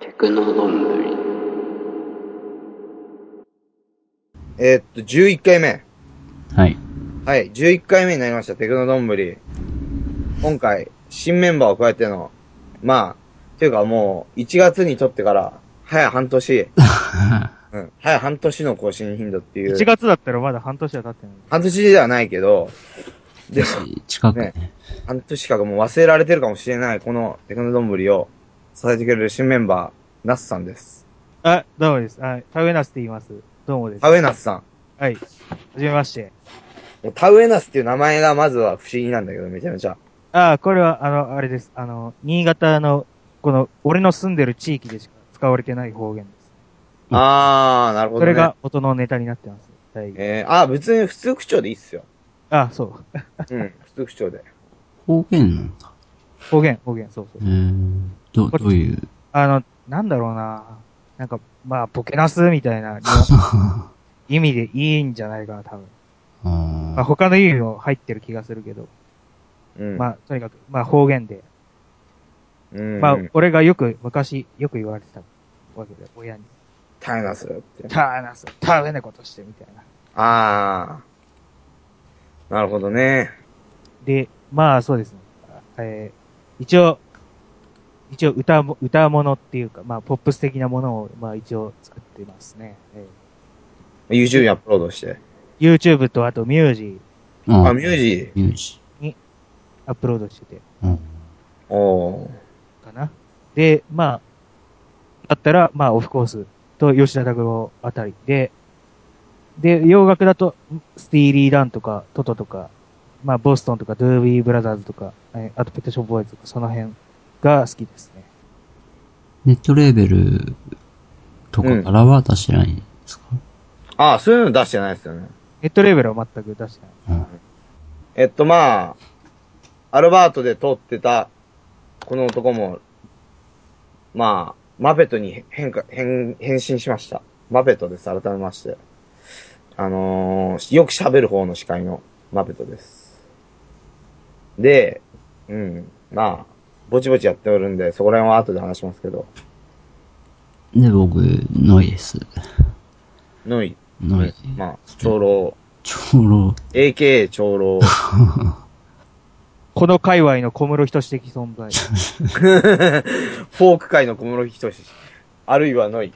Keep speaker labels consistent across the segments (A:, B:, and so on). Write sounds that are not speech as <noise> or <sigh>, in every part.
A: 格の論類。
B: えーっと、11回目。
C: はい。
B: はい、11回目になりました、テクノどんぶり。今回、新メンバーを加えての、まあ、というかもう、1月に撮ってから、早半
D: <laughs>
B: 年、うん、早半年の更新頻度っていう。
D: 1月だったらまだ半年は経ってない。
B: 半年ではないけど、で、
C: 近くね。
B: 半年かもう忘れられてるかもしれない、このテクノどんぶりを支えてくれる新メンバー、ナスさんです。
D: あ、どうもです。はい。田植えナスって言います。どうもです。
B: 田植えナスさん。
D: はい。はじめまして。
B: もう田植えナスっていう名前がまずは不思議なんだけど、めちゃめちゃ。
D: あこれは、あの、あれです。あの、新潟の、この、俺の住んでる地域でしか使われてない方言です。
B: あー、なるほ
D: そ
B: どね。
D: れが元のネタになってます。大体
B: えー、あー、別に普通口調でいいっすよ。
D: あ、そう。
B: うん、普通口調で。
C: 方言なんだ。
D: 方言、方言、そうそう
C: え。ー、ど、どういう。 <laughs>
D: あの、なんだろうななんか、まあ、ボケナスみたいな
C: あ
D: 意味でいいんじゃないかな、多分。まあ、
C: ー
D: 他の意味も入ってる気がするけど。
B: うん。
D: まあ、とにかく、まあ、方言で。
B: うん、
D: まあ
B: うん、
D: 俺がよく、昔、よく言われてたわけで、親に。
B: タイナスって。
D: ターナス、ターウェなことして、みたいな。
B: あー。なるほどね。
D: で、まあ、そうですね。えー一応、一応歌も、歌物っていうか、まあ、ポップス的なものを、まあ、一応作ってますね。え
B: YouTube にアップロードして。
D: ー YouTube と、あと、ミュージー
B: あ、ミュー
C: ジ
B: ジ
C: ミュージ
D: アップロードしてて、
C: うん
B: ー。おー。
D: かな。で、まあ、だったら、まあ、オフコースと吉田拓郎あたりで、で、洋楽だと、スティーリー・ダンとか、トトとか、まあ、ボストンとか、ドゥービー・ブラザーズとか、えーあと、ペットショップ・ボーイズとか、その辺が好きですね。
C: ネットレーベルとかからは出してないんですか、
B: あー、そういうの出してないですよね。
D: ネットレベルは全く出してない。
C: うん
B: えっと、まあ、アルバートで通ってた、この男も、まあ、マペットに変化、変、変身しました。マペットです、改めまして。あのー、よく喋る方の司会のマペットです。で、うん、まあ、ぼちぼちやっておるんで、そこら辺は後で話しますけど、
C: で、僕、ノイです。
B: ノイ、
C: ノイ。
B: まあ、長老、
C: 長老。
B: AKA 長老、
D: この界隈の小室仁志的存在。
B: フォーク界の小室仁志、あるいはノイ。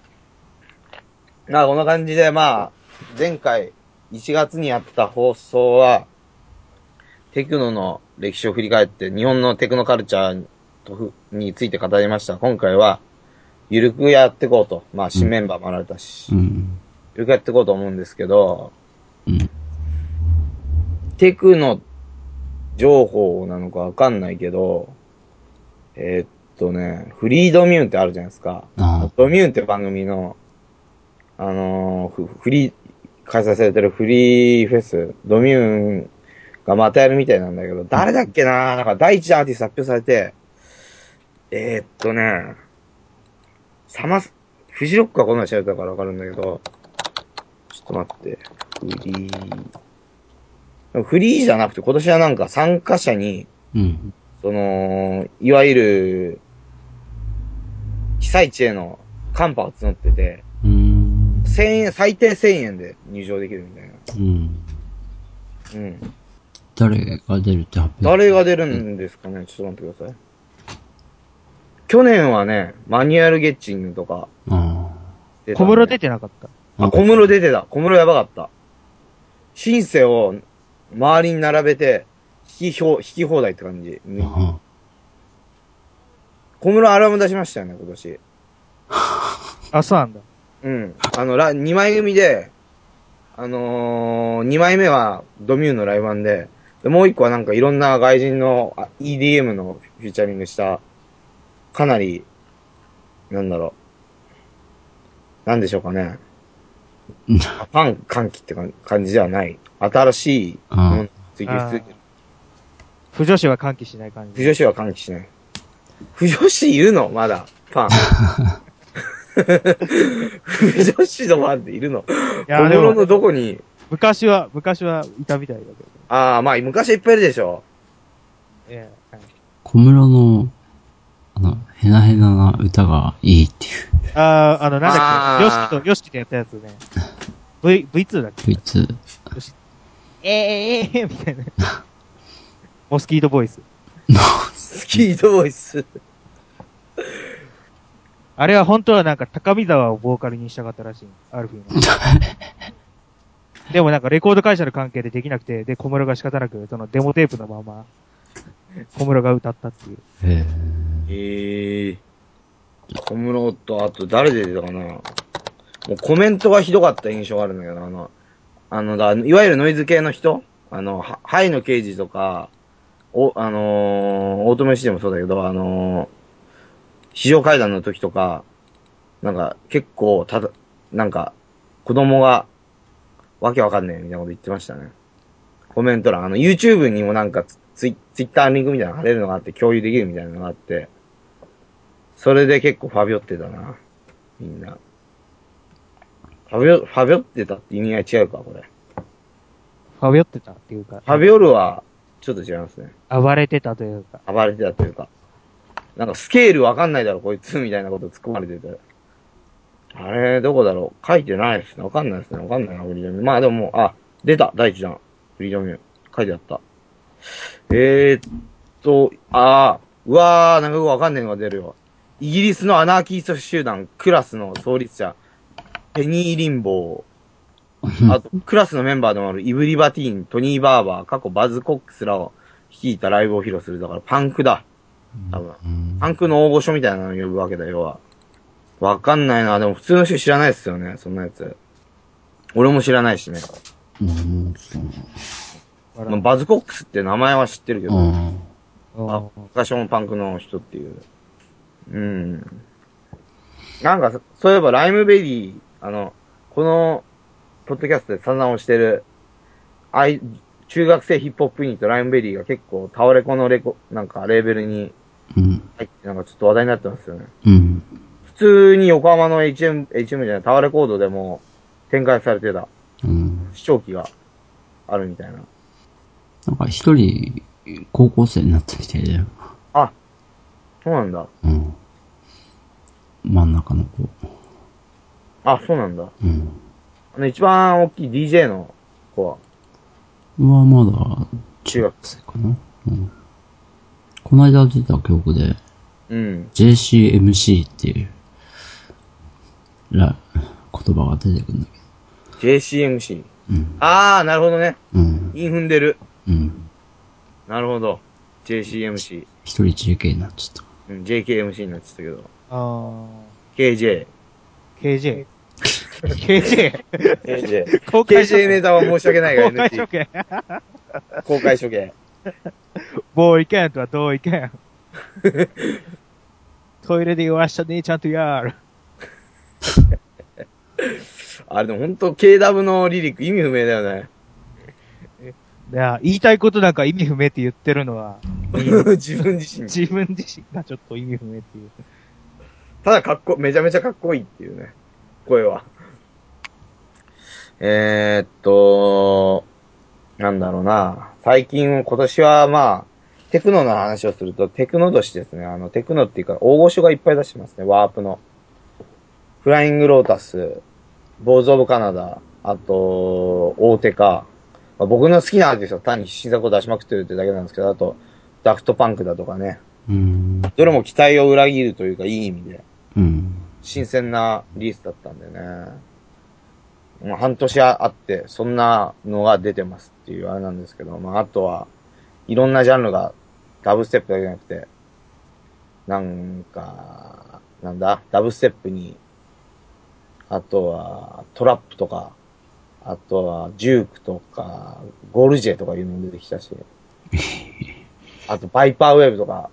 B: まあ、こんな感じで、まあ、前回、1月にやった放送は、テクノの歴史を振り返って、日本のテクノカルチャーとふについて語りました。今回は、ゆるくやっていこうと。まあ、新メンバーも現れたし
C: う、ん。
B: ゆるくやっていこうと思うんですけど、
C: うん。
B: テクノ情報なのかわかんないけど、えーっとね、フリードミューンってあるじゃないですか。
C: あ
B: ドミューンって番組の、あのーフフリー、開催されてるフリーフェス、ドミューンがまたやるみたいなんだけど、誰だっけななんか第一弾アーティスト発表されて、えー、っとね、サマス、フジロックがこんなの調べたからわかるんだけど、ちょっと待って、フリー、フリーじゃなくて今年はなんか参加者に、
C: うん。
B: その、いわゆる、被災地への寒波を募ってて、
C: うん。
B: 1000円、最低1000円で入場できるみたいな。
C: うん。
B: うん。
C: 誰が出るって発表
B: 誰が出るんですかねちょっと待ってください。去年はね、マニュアルゲッチングとか
C: あ
B: <laughs> 出た
D: 小
B: ね、
D: 室出てなかった。
C: あ。
B: あ、小室出てた。小室やばかった。シンセを周りに並べて、引き放、引き放題って感じ。
C: あ
B: 小室アルバム出しましたよね、今年。
D: あ、そうなんだ。
B: うん。あの、ら、2枚組で、あのー、2枚目はドミューンのライバンで、でもう1個はなんかいろんな外人のあ EDM のフューチャリングした、かなり、なんだろう。なんでしょうか
C: <laughs>
B: ね。
C: うん
B: あパン、歓喜って感感じではない。新しい
C: あ
B: ものに追求し続ける。
D: 不女子は歓喜しない感
B: 不
D: じ。
B: 女子は歓喜しない。不女子いるのまだ。パン。
C: <laughs>
B: <laughs> 不女子のファンっているの
D: い
B: 小
D: や、で
B: 室
D: も、
B: のどこに、
D: 昔は、昔はいたみたいだけど。
B: ああ、まあ昔はいっぱいいるでしょ。
D: ええはい
C: 小室の、あの、ヘナヘナな歌がいいっていう。
D: あー、あの、なんだっけ、ヨシ
B: あー
D: キと、ヨシキとやったやつね。V、V2 だっけ
C: こい
B: <laughs>
C: つ、
D: ヨシえー、えー、えー、みたいな。 <laughs> モスキートボイス。
B: スキードボイス。
D: あれは本当はなんか高見沢をボーカルにしたかったらしい。アルフ <laughs> ィーの。でもなんかレコード会社の関係でできなくて、で、小室が仕方なく、そのデモテープのまま、小室が歌ったっていう。
C: え
B: ええ小室と、あと誰出てたかなもうコメントがひどかった印象があるんだけど、あの、あのだ、いわゆるノイズ系の人あの、はハイの刑事とか、お、あのー、オートメシでもそうだけど、あのー、非常階段の時とか、なんか、結構、ただ、なんか、子供が、わけわかんねえみたいなこと言ってましたね。コメント欄、あの、YouTube にもなんかツ、ツイツイッターリンクみたいなの貼れるのがあって、共有できるみたいなのがあって、それで結構ファビオってたな。みんな。ファビオ、ファビオってたって意味合い違うか、これ。
D: ファビオってたっていうか、
B: ファビオルは、ちょっと違いますね。
D: 暴れてたというか、
B: 暴れてたというか。なんかスケールわかんないだろ、こいつ、みたいなこと突っ込まれてて。あれ、どこだろう書いてないですね。わかんないですね。わかんないな、フリードミューまあでも、あ、出た第一弾。フリードミュー書いてあった。えーっと、あー、うわー、なんかよくわかんないのが出るよ。イギリスのアナーキースト集団、クラスの創立者、ペニー・リンボー。あと、クラスのメンバーでもあるイブリバティーン、トニー・バーバー、過去バズ・コックスらを率いたライブを披露する。だからパンクだ。多分。
C: うん
B: パンクの大御所みたいなのを呼ぶわけだよ、要は。わかんないな。でも普通の人知らないですよね、そんなやつ。俺も知らないしね。
C: うん、そうね
B: まあ、バズコックスって名前は知ってるけど、
C: うん。
B: あ
D: うん
B: 昔もパンクの人っていう。うん。なんか、そそういえばライムベリー、あの、この、ポッドキャストで散々をしてる、あい、中学生ヒップホップユニットライムベリーが結構倒れ子のレコ、なんかレーベルに
C: うん。
B: 入って、なんかちょっと話題になってますよね。
C: うん。
B: 普通に横浜の HM、HM じゃない、タワーレコードでも展開されてた
C: うん。
B: 視聴器があるみたいな。
C: なんか一人、高校生になったみたいだよ。
B: あ、そうなんだ。
C: うん。真ん中の子。
B: あ、そうなんだ。
C: うん。
B: あの、一番大きい DJ の子は、
C: はまだ、
B: 中学。
C: 生かな。うん。この間出た曲で、
B: うん。
C: JCMC っていう、ら、言葉が出てくるんだけ
B: JCMC。
C: ど。うん。
B: あー、なるほどね。
C: うん。
B: イン踏んでる。
C: うん。
B: なるほど。JCMC。
C: 一人 JK になっちゃっ
B: うん、JKMC になっちゃったけど。
D: あ
B: KJ。 <laughs>
D: ー KJ。KJ?
B: KJ。
D: 公開処
B: KJ
D: 刑
B: ネタは申し訳ないが
D: 公開
B: NG
D: 処。刑
B: 公開処刑。
D: ボーイケンとはどうい
B: <laughs>
D: けん。トイレで言わした姉ちゃんとやる。
B: あれでもほんと KW のリリック意味不明だよね。
D: いや、言いたいことなんか意味不明って言ってるのは、
B: <laughs> 自分自身。
D: 自分自身がちょっと意味不明っていう。
B: ただかっこ、めちゃめちゃかっこいいっていうね、声は。えー、っと、なんだろうな。最近、今年はまあ、テクノの話をすると、テクノ年ですね。あの、テクノっていうか、大御所がいっぱい出してますね。ワープの。フライングロータス、ボーズ・オブ・カナダ、あと、大手か。まあ、僕の好きなアーティストは単に新作を出しまくってるってだけなんですけど、あと、ダフトパンクだとかね。
C: た。うん。
B: どれも期待を裏切るというか、いい意味で。
C: うん。
B: 新鮮なリリースだったんでね。もう半年あって、そんなのが出てますっていうあれなんですけど、まああとは、いろんなジャンルが、ダブステップだけじゃなくて、なんか、なんだ、ダブステップに、あとは、トラップとか、あとは、ジュークとか、ゴルジェとかいうのも出てきたし、あと、バイパーウェブとか、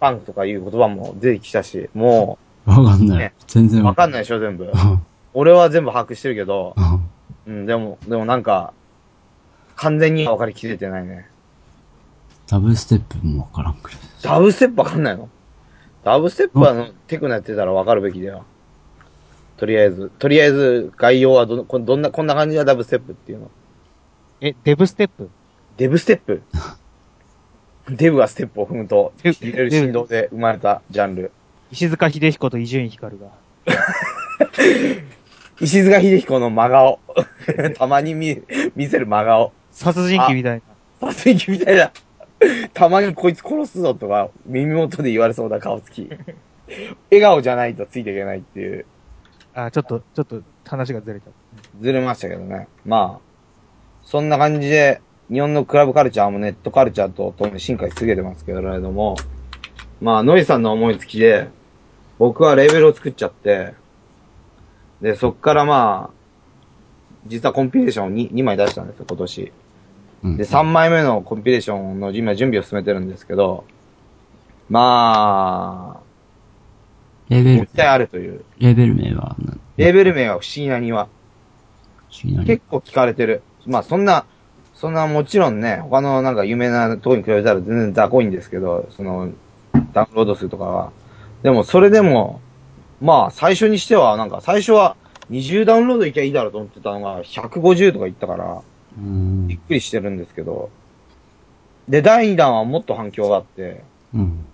B: パンクとかいう言葉も出てきたし、もう、
C: わかんない
B: ね。
C: 全然
B: わかん
C: な
B: な
C: い。
B: いでしょ、全部。
C: うん
B: 俺は全部把握してるけど、
C: うん
B: うん、でも、でもなんか、完全には分かりきれてないね。
C: ダブルステップもわからんくらい。
B: ダブステップ分かんないのダブステップはあのテクノやってたら分かるべきだよ。とりあえず、とりあえず概要はどの、こどんな、こんな感じがダブステップっていうの。
D: え、デブステップ
B: デブステップデブがステップを踏むと、
D: デブ
B: 揺れる振動で生まれたジャンル。
D: 石塚秀彦と伊集院光が。
B: 石塚秀彦の真顔。 <laughs> たまに見、見せる真顔。
D: 殺人鬼みたいな。
B: 殺人鬼みたいな。たまにこいつ殺すぞとか、耳元で言われそうな顔つき。笑顔じゃないとついていけないっていう、
D: あ、ちょっと、ちょっと話がずれた。
B: ずれましたけどね。まあ、そんな感じで、日本のクラブカルチャーもネットカルチャーとともに進化し続けてますけれども、まあ、ノイさんの思いつきで、僕はレーベルを作っちゃって、で、そっからまあ、実はコンピレーションを 2, 2枚出したんですよ、今年。
C: うん
B: で、3枚目のコンピレーションの今準備を進めてるんですけど、ま
C: レ
B: あ、
C: ベ
B: もっ
C: ル、
B: たいあるという。
C: レベル名は何、
B: レーベル名は不思議な庭。
C: 不思議な
B: 結構聞かれてる。まあそんな、そんなもちろんね、他のなんか有名なとこに比べたら全然雑魚いんですけど、その、ダウンロード数とかは。でもそれでも、まあ最初にしてはなんか最初は20ダウンロードいきゃいいだろうと思ってたのが150とかいったから、
C: う
B: びっ
C: ん。
B: くりしてるんですけど。で、第2弾はもっと反響があって、
C: うん。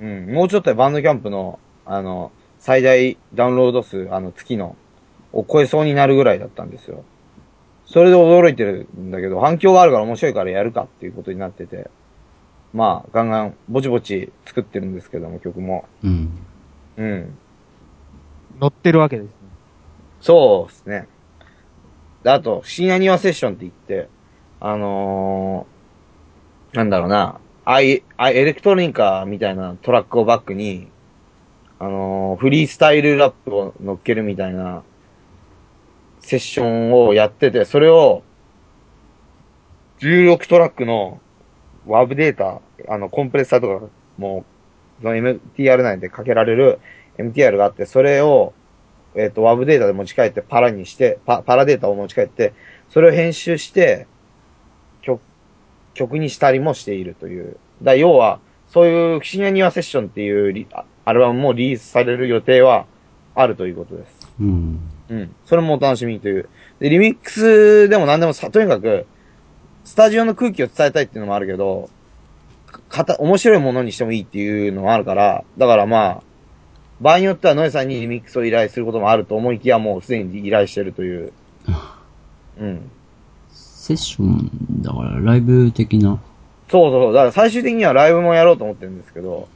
B: うん、もうちょっとでバンドキャンプの、あの、最大ダウンロード数、あの、月の、を超えそうになるぐらいだったんですよ。それで驚いてるんだけど、反響があるから面白いからやるかっていうことになってて、まあ、ガンガン、ぼちぼち作ってるんですけども、曲も。
C: うん。
B: うん。
D: 乗ってるわけですね。
B: そうですね。であと、深夜庭セッションって言って、あのー、なんだろうな、あい、あいエレクトロニカみたいなトラックをバックに、あのーフリースタイルラップを乗っけるみたいな、セッションをやってて、それを、16トラックの WAV データ、あの、コンプレッサーとか、もう、その MTR 内でかけられる MTR があって、それを、えっ、と、WAV データで持ち帰って、パラにして、パパラデータを持ち帰って、それを編集して、曲、曲にしたりもしているという。だ要は、そういう、不思議な庭セッションっていうリあアルバムもリリースされる予定はあるということです。
C: うん。
B: うん。それもお楽しみにという。で、リミックスでも何でもさ、とにかく、スタジオの空気を伝えたいっていうのもあるけど、かかた、面白いものにしてもいいっていうのもあるから、だからまあ、場合によってはノエさんにリミックスを依頼することもあると思いきや、もうすでに依頼してるという。うん。
C: セッション、だからライブ的な。
B: そうそうそう。だから最終的にはライブもやろうと思ってるんですけど、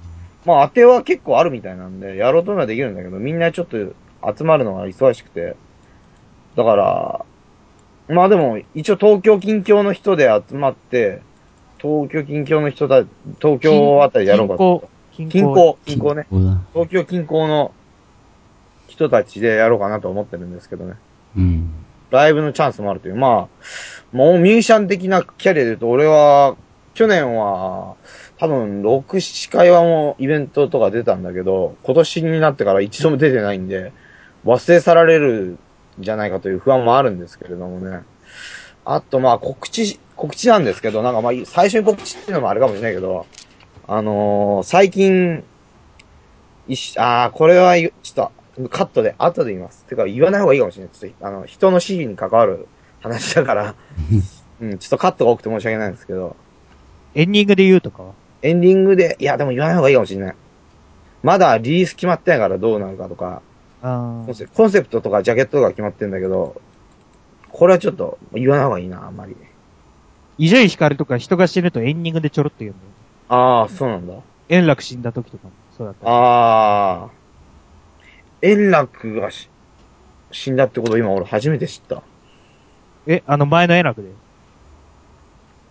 B: まあ当ては結構あるみたいなんで、やろうと思えばできるんだけど、みんなちょっと集まるのが忙しくて。だから、まあでも、一応東京近郊の人で集まって、東京近郊の人だ、東京あたりやろうかと。
D: 近
B: 近
D: 郊。
B: 郊、近郊ね。
C: そうだ。
B: 東京近郊の人たちでやろうかなと思ってるんですけどね。
C: うん。
B: ライブのチャンスもあるという。まあ、もうミュージシャン的なキャリアで言うと、俺は、去年は、多分、6、7回はもうイベントとか出たんだけど、今年になってから一度も出てないんで、忘れ去られるんじゃないかという不安もあるんですけれどもね。あと、まあ、告知、告知なんですけど、なんかまあ、最初に告知っていうのもあるかもしれないけど、あのー最近、いし、ああ、これは言う、ちょっと、カットで、後で言います。てか、言わない方がいいかもしれない。ちょっと、あの、人の指示に関わる話だ <laughs> から、うん、ちょっとカットが多くて申し訳ないんですけど、
D: エンディングで言うとかは。
B: エンディングで、いや、でも言わない方がいいかもしれない。まだリリース決まってないからどうなるかとか、
D: あ
B: コン
D: ー
B: セコンセプトとかジャケットとか決まってんだけど、これはちょっと言わない方がいいな、あんまり。
D: 伊集院光とか人が死ぬとエンディングでちょろっと言うんだよ。
B: ああ、そうなんだ。
D: 円楽死んだ時とかもそうだった。
B: ああ。円楽がし死んだってことを今俺初めて知った。
D: え、あの前の円楽で。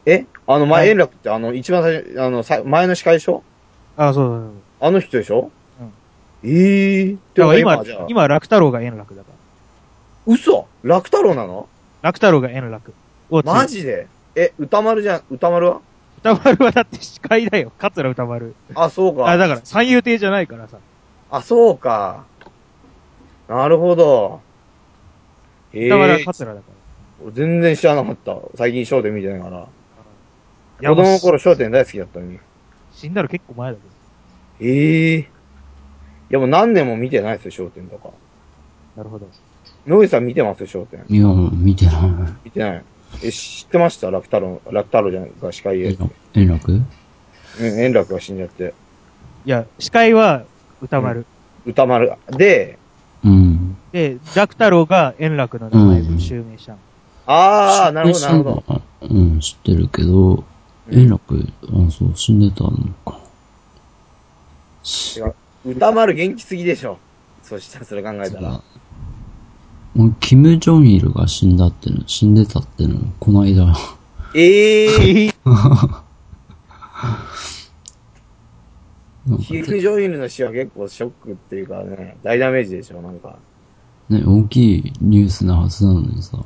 B: えあの
D: は
B: 前、
D: い
B: 円楽ってあの一番最初、あのさ前の司会でしょ
D: あ、そうそうそう。
B: あの人でしょええー。って
D: だ
B: こ
D: か
B: とは
D: ら今
B: じゃあ、
D: 今、楽太郎が円楽だから。
B: 嘘楽太郎なの
D: 楽太郎が円楽を
B: マジでえ、歌丸じゃん、歌丸は
D: 歌丸はだって司会だよ。桂歌丸。
B: あ、そうか。
D: あ、だから三遊亭じゃないからさ。
B: あ、そうか。なるほど。ええ
D: 歌丸は
B: ー、
D: 桂だから。
B: 全然知らなかった。最近商店見てないから。
D: いや
B: 子供の
D: もう
B: 頃商店大好きだったのに。
D: 死んだら結構前だけど。
B: ええいやもう何年も見てないですよ、商店とか。
D: なるほど。
B: 野口さん見てますよ、商店。
C: いや、見てな
B: 見てない。え、知ってました楽太郎、楽太郎じゃないか、司会
C: い。
B: へ
C: 円。楽円楽
B: うん、円楽が死んじゃって。
D: いや、司会は歌丸。
B: 歌丸。で、
C: うん。
D: で、ザク太郎が円楽の名前を襲名したの。
B: あー、なるほど、なるほど。
C: ど。うん、知ってるけど、
B: うん
C: 円楽、あ、そう、死んでたのか。
B: 違う歌丸元気すぎでしょ。そしたらそれ考えたら。
C: 俺、キム・ジョンイルが死んだっての、死んでたっての、この間、
B: ええー、
C: なんか
B: キム・ジョンイルの死は結構ショックっていうかね、大ダメージでしょ、なんか。
C: ね、大きいニュースなはずなのにさ。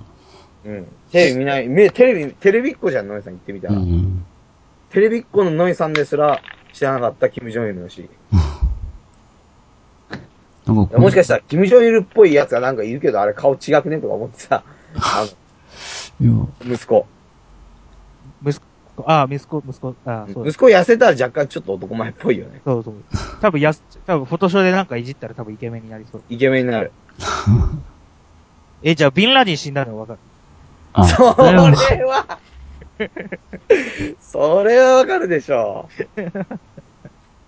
B: うん。テレビ見ない、めテレビ、テレビっ子じゃん、ノイさん言ってみた
C: う
B: ら。
C: ん。
B: テレビっ子のノイさんですら知らなかった、キム・ジョンイルの死。
C: なんかこ
B: もしかしたら、キム・ジョンイルっぽいやつがなんかいるけど、あれ顔違くねとか思ってさ、あ
C: いや、 <laughs>
B: の、息子。
D: 息子、ああ、息子、息子、ああ、そうだ
B: 息子痩せたら若干ちょっと男前っぽいよね。
D: そうそう。多分やす、多分フォトショーでなんかいじったら多分イケメンになりそう。
B: イケメンになる。
D: え、じゃあビンラディン死んだのわかる。
C: あ、
B: それ
C: それは
D: <laughs>
B: は、それはわかるでしょ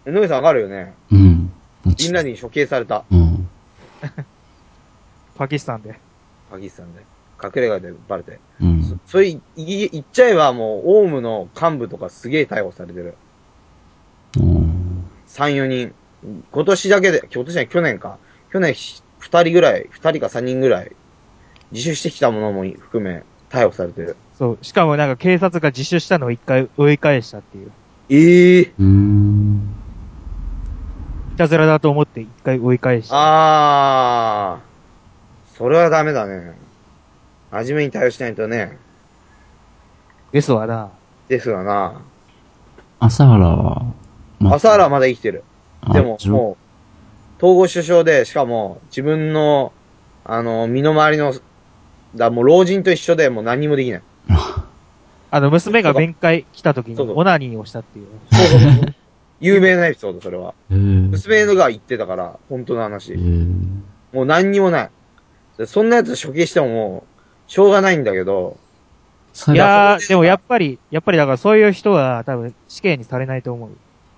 B: う。ノイさんわかるよね。
C: うん。
B: みんなに処刑された。
C: うん。
D: パキスタンで。
B: パキスタンで。隠れ家でバレて。
C: うん。
B: それいい言っちゃえばもう、オウムの幹部とかすげえ逮捕されてる。
C: うん。
B: 3、4人。今年だけで、今年じゃない、去年か。去年ひ、2人ぐらい、2人か3人ぐらい、自首してきたものも含め、逮捕されてる。
D: そう。しかもなんか警察が自首したのを一回追い返したっていう。
B: ええー。
C: うん。
D: いたずらだと思って一回追い返した。
B: あー。それはダメだね。真面目に対応しないとね。
D: ですわな。
B: ですがな。
C: 朝原は、
B: 朝原はまだ生きてる。
C: あ
B: でも、
C: 自分
B: もう、統合首相で、しかも、自分の、あの、身の回りの、だもう老人と一緒で、もう何もできない。
D: あの、娘が面会来た時に
B: そうそう
D: オナニーをしたっていう。
B: そうそうそう。有名なエピソード、それは。
C: えー
B: 娘のが言ってたから、本当の
C: え
B: 話。
C: ー
B: もう何にもない。でそんなやつ処刑してももう、しょうがないんだけど、
C: 最
D: い
C: 後
D: やー、でもやっぱり、やっぱりだからそういう人は多分死刑にされないと思う。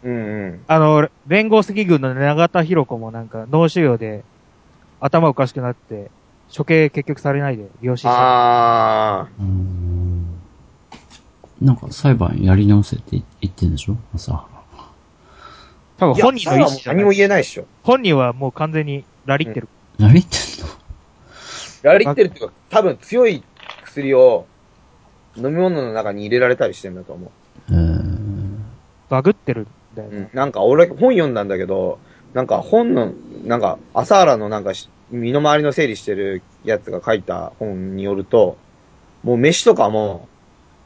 B: うんうん。
D: あの、連合赤軍の永田博子もなんか脳腫瘍で頭おかしくなって、処刑結局されないで病死した。
B: あ
C: うーんなんか裁判やり直せって言ってんでしょ朝原。
D: 多分
B: ー。
D: 本人の意
B: いや
D: 思
B: それはもう
D: じゃな
B: 何も
D: い。
B: 言えないっしょ。
D: 本人はもう完全にラリってる。
C: 何言ってんの
B: ラリってるっていうか、多分強い薬を、飲み物の中に入れられたりしてんだと思う。
C: えー
D: バグってるんだよ
B: う
D: ね。
B: ん、なんか俺本読んだんだけど、なんか本の、なんか朝原のなんかし身の回りの整理してるやつが書いた本によると、もう飯とかも、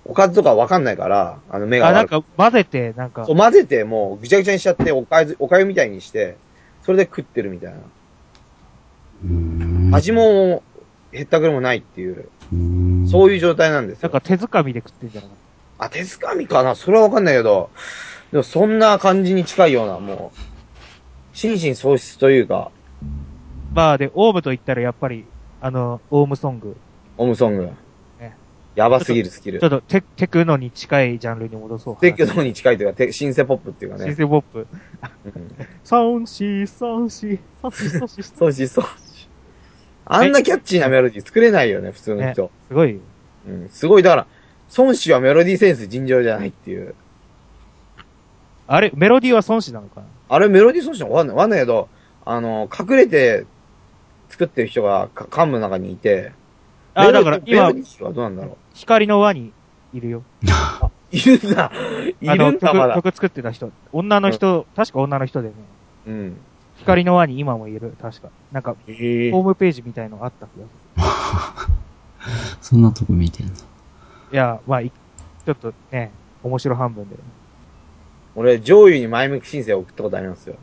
B: おかずとかわかんないから、あの目が
D: あ、なん
B: 悪く
D: か混ぜて、なんか
B: そう、混ぜてもうぐちゃぐちゃにしちゃっておかず、おかゆみたいにして、それで食ってるみたいな。
C: うーん
B: 味も、へったくれもないっていう、
C: うーん
B: そういう状態なんです
D: な
B: よ
D: ん。か手づかみで食ってんじゃなかっ
B: あ、手づかみかなそれはわかんないけど、でもそんな感じに近いような、もう、心身喪失というか、
D: たまあで、オウムと言ったらやっぱり、あの、オウムソング。
B: オムソング
D: ね。
B: やばすぎるスキル
D: ちょ。っとテテクノに近いジャンルに戻そう。
B: テクノに近いというか、テシンセポップっていうか
D: シン
B: ね。
D: セポップ。
B: うん
D: サウンシー、サウンシー、サウンシー、サウンシー。 <laughs> す
B: そうし、そうし。あんなキャッチーなメロディー作れないよね、普通の人。
D: ごいよ。
B: うん、すごい、だから、孫子はメロディーセンス尋常じゃないっていう。
D: あれ、メロディーは孫子なのかな
B: あれメロディー孫子のわかんない。わかんないけど、あの、隠れて作ってる人がか幹部の中にいて、
D: あ、
B: メロ
D: だから
B: メ
D: 今
B: ロデ、ィーはどうなんだろう。
D: 光の輪にいるよ。
B: いるんだ。い
D: あ
B: る
D: の
B: んだ、ま
D: 曲
B: だ。
D: 曲作ってた人。女の人、確か女の人でね。
B: うん。
D: 光の輪に今もいる、確か。なんか、
B: え
D: ホームページみたいのあった気がす
C: そんなとこ見てんの。
D: る。いや、まあ、いちょっとね、面白半分で。
B: 俺、上位に前向き申請を送ったことあります
D: <laughs>
B: よ。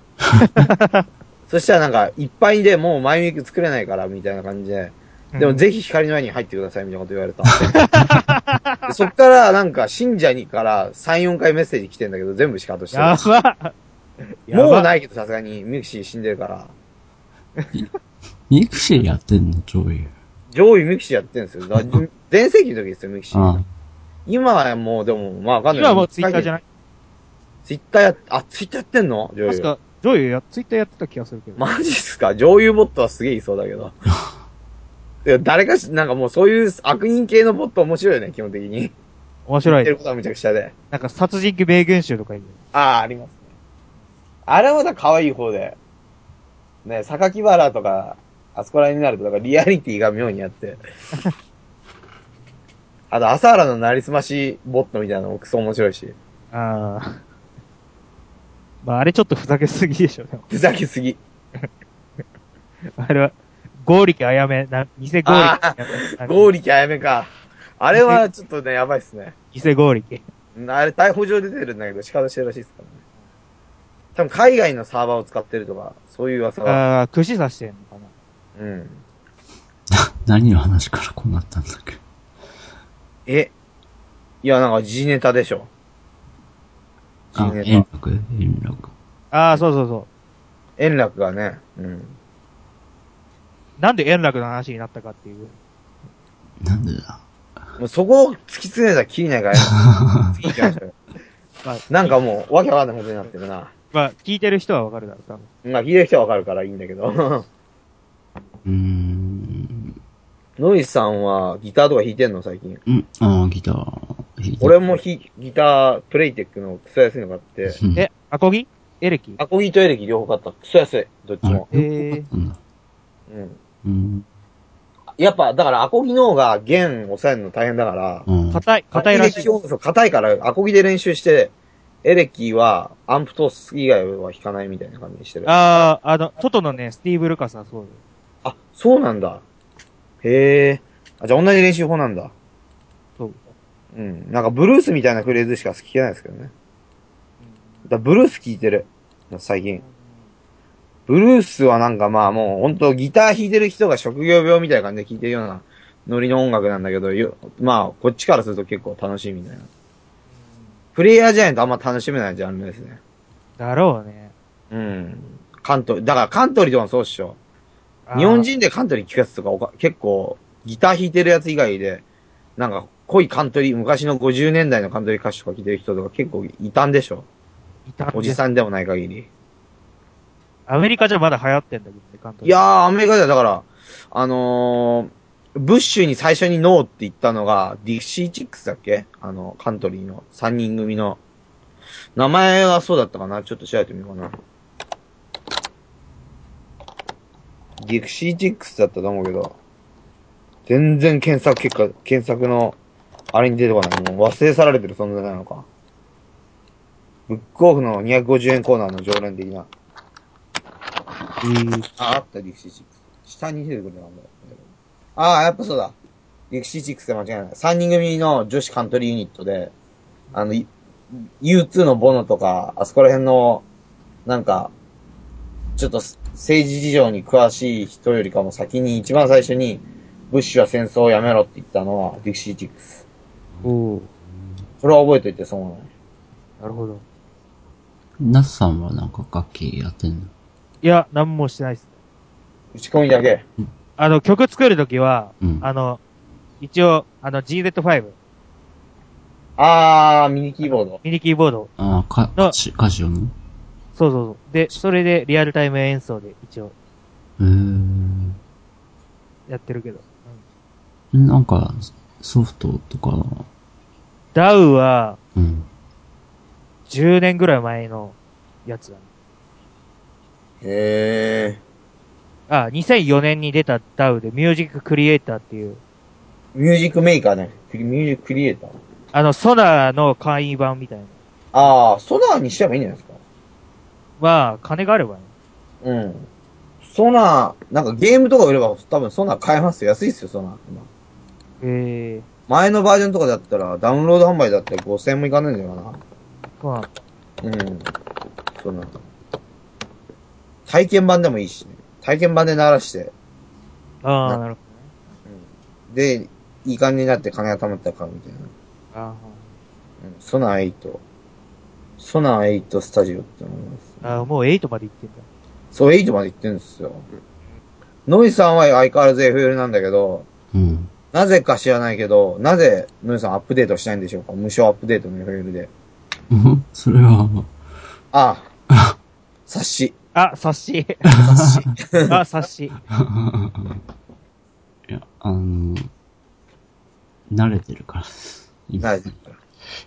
B: そしたらなんか、いっぱいでもう前向き作れないから、みたいな感じで。でも、
D: うん
B: ぜひ光の輪に入ってください、みたいなこと言われた。
D: <laughs>
B: でそっから、なんか、信者にから3、4回メッセージ来てんだけど、全部シカトして
D: や
B: る。
D: ば
B: もう
D: い。
B: ないけど、さすがに、ミクシー死んでるから。
C: ミクシーやってんの、ちょい。
B: 上位ミクシーやってるんです <laughs> よ。だから全盛期の時ですよ、ミクシー。
C: あ
B: 今はもう、でも、まあわかんない。
D: 今はもうツイッターじゃない。
B: ツイッターや、あ、ツイッターやってんの女優。
D: 確か、ジョイや、ツイッターやってた気がするけど。
B: マジっすか女優ボットはすげえいそうだけど。いや誰かし、なんかもうそういう悪人系のボット面白いよね、基本的に。
D: 面白
B: 言っ
D: い
B: てる
D: ね。
B: ことはめちゃくちゃで。
D: なんか殺人鬼名言集とかいる。
B: ああ、ありますね。あれはまだ可愛い方で。ね、榊原とか、あそこら辺になると、だからリアリティが妙にあって。あと、朝原のなりすましボットみたいなのもクソ面白いし。
D: ああ。 <laughs> まあ、あれちょっとふざけすぎでしょ、で <laughs> も。
B: ふざけすぎ。
D: あれは、ゴーリキあやめ、な、偽ゴ
B: あ
D: ーリキ。
B: ゴーリキあやめか。あれはちょっとね、やばいっすね。
D: 偽ゴーリキ。
B: うんあれ、逮捕状出てるんだけど、仕方してるらしいですからね。多分、海外のサーバーを使ってるとか、そういう噂が。
D: ああ、串刺してんのかな。
B: うん。
C: 何の話からこうなったんだっけ
B: えいや、なんか、G ネタでしょ。G
C: あ、
B: ネ
C: 円
B: タ。
C: 楽円楽。
D: ああ、そうそうそう。
B: 円楽がね、うん。
D: なんで円楽の話になったかっていう。
C: なんでだ
B: もうそこを突き詰めたら切りないから、次行きましょうよ
D: まあ、
B: なんかもう、わけわかんないことになってるな。
D: まあ、聞いてる人はわかるだろう、多分。
B: まあ、聞いてる人はわかるからいいんだけど。 <laughs>
C: うーん。
B: ノイさんは、ギターとか弾いてんの最近。
C: うん、ああ、ギター弾いて。
B: 俺もひギター、プレイテックのクソ安いの買って、
C: うん、
D: え、アコギエレキ
B: アコギとエレキ両方買った。クソ安い。どっち
C: あ
B: も。
C: れ、よかったんだ。
B: うん。
C: うん。
B: やっぱ、だからアコギの方が弦抑えるの大変だから、
C: うん。
D: 硬い、硬いらしい。
B: そうそう、硬いからアコギで練習して、エレキはアンプ通す以外は弾かないみたいな感じにしてる。あ、
D: ああ、あの、トトのね、スティーブ・ルカスはそうよ。
B: そうなんだ。へえ。あ、じゃあ同じ練習法なんだ。
D: そう。
B: うん。なんかブルースみたいなフレーズしか聞けないですけどね。だからブルース聞いてる。最近。ブルースはなんかまあもう本当ギター弾いてる人が職業病みたいな感じで聴いてるようなノリの音楽なんだけど、よまあこっちからすると結構楽しいみたいな。プレイヤーじゃないとあんま楽しめないジャンルですね。
D: だろうね。
B: うん。カントリー、だからカントリーとかもそうっしょ。日本人でカントリー聴くやつとかおか結構ギター弾いてるやつ以外で、なんか濃いカントリー、昔の50年代のカントリー歌手とか聴いてる人とか結構いたんでしょ。
D: いたん
B: おじ
D: ん。
B: さんでもない限り。
D: アメリカじゃまだ流行ってんだけどね、関東。
B: いや、ー、アメリカではだから、あのー、ブッシュに最初にノーって言ったのが、ディクシーチックスだっけあの、カントリーの3人組の。名前はそうだったかなちょっと調べてみようかな。ディクシーチックスだったと思うけど、全然検索結果、検索の、あれに出てこない。もう忘れ去られてる存在なのか。ブックオフの250円コーナーの常連的な。あ、あった、ディクシーチックス。下に出てくるなんだ。ああ、やっぱそうだ。ディクシーチックスで間違いない。3人組の女子カントリーユニットで、あの、い U2 のボノとか、あそこら辺の、なんか、ちょっとす政治事情に詳しい人よりかも先に、一番最初に、ブッシュは戦争をやめろって言ったのは、ディクシーチックス。
D: おお
B: それは覚えといて損はない。
D: なるほど。
C: ナスさんはなんか楽器やってんの
D: いや、なんもしてないです。
B: 打ち込みだけ。
D: あの、曲作るときは、
C: うん
D: あの、一応、あの、GZ5、
B: あー、ミニキーボード。
D: ミニキーボードを
C: ああ、か、
D: あ
C: カシカシオのへ
D: そうそうそう。で、それでリアルタイム演奏で一応
C: えー。
D: やってるけど。うん
C: なんか、ソフトとか、
D: ダウは
C: うん。
D: 10年ぐらい前のやつだね。
B: へー。
D: あ、2004年に出たダウでミュージッククリエイターっていう、
B: ミュージックメーカーね。ミュージッククリエイター。
D: あの、ソナーの簡易版みたいな。
B: ああ、ソナーにしちゃえばいいんじゃないですか。
D: まあ、金があればね。
B: うん。ソナー、なんかゲームとか売れば多分ソナー買えますよ。安いっすよ、ソナー。今
D: ええ
B: 前のバージョンとかだったら、ダウンロード販売だって5000円もいかないんだよな。
D: まあ、
B: うん。ソナー。体験版でもいいしね。体験版で鳴らして、
D: ああ、
B: な
D: なるほ
B: で、いい感じになって金が貯まったら買うみたいな。
D: ど。あ
B: うん。ソナー8。ソナー8スタジオって思います。
D: ーあー、もう8まで行ってんだ。
B: そう、8まで行ってるんですよ。ノイさんは相変わらず FL なんだけど、
C: うん。
B: なぜか知らないけど、なぜ、のりさんアップデートしないんでしょうか無償アップデートの FL で。
C: <laughs> それは、
B: ああ。察し。
D: あ、察し。
B: 察し。
D: あ、察し。
C: いや、あの、慣れてるからです。今
B: はい。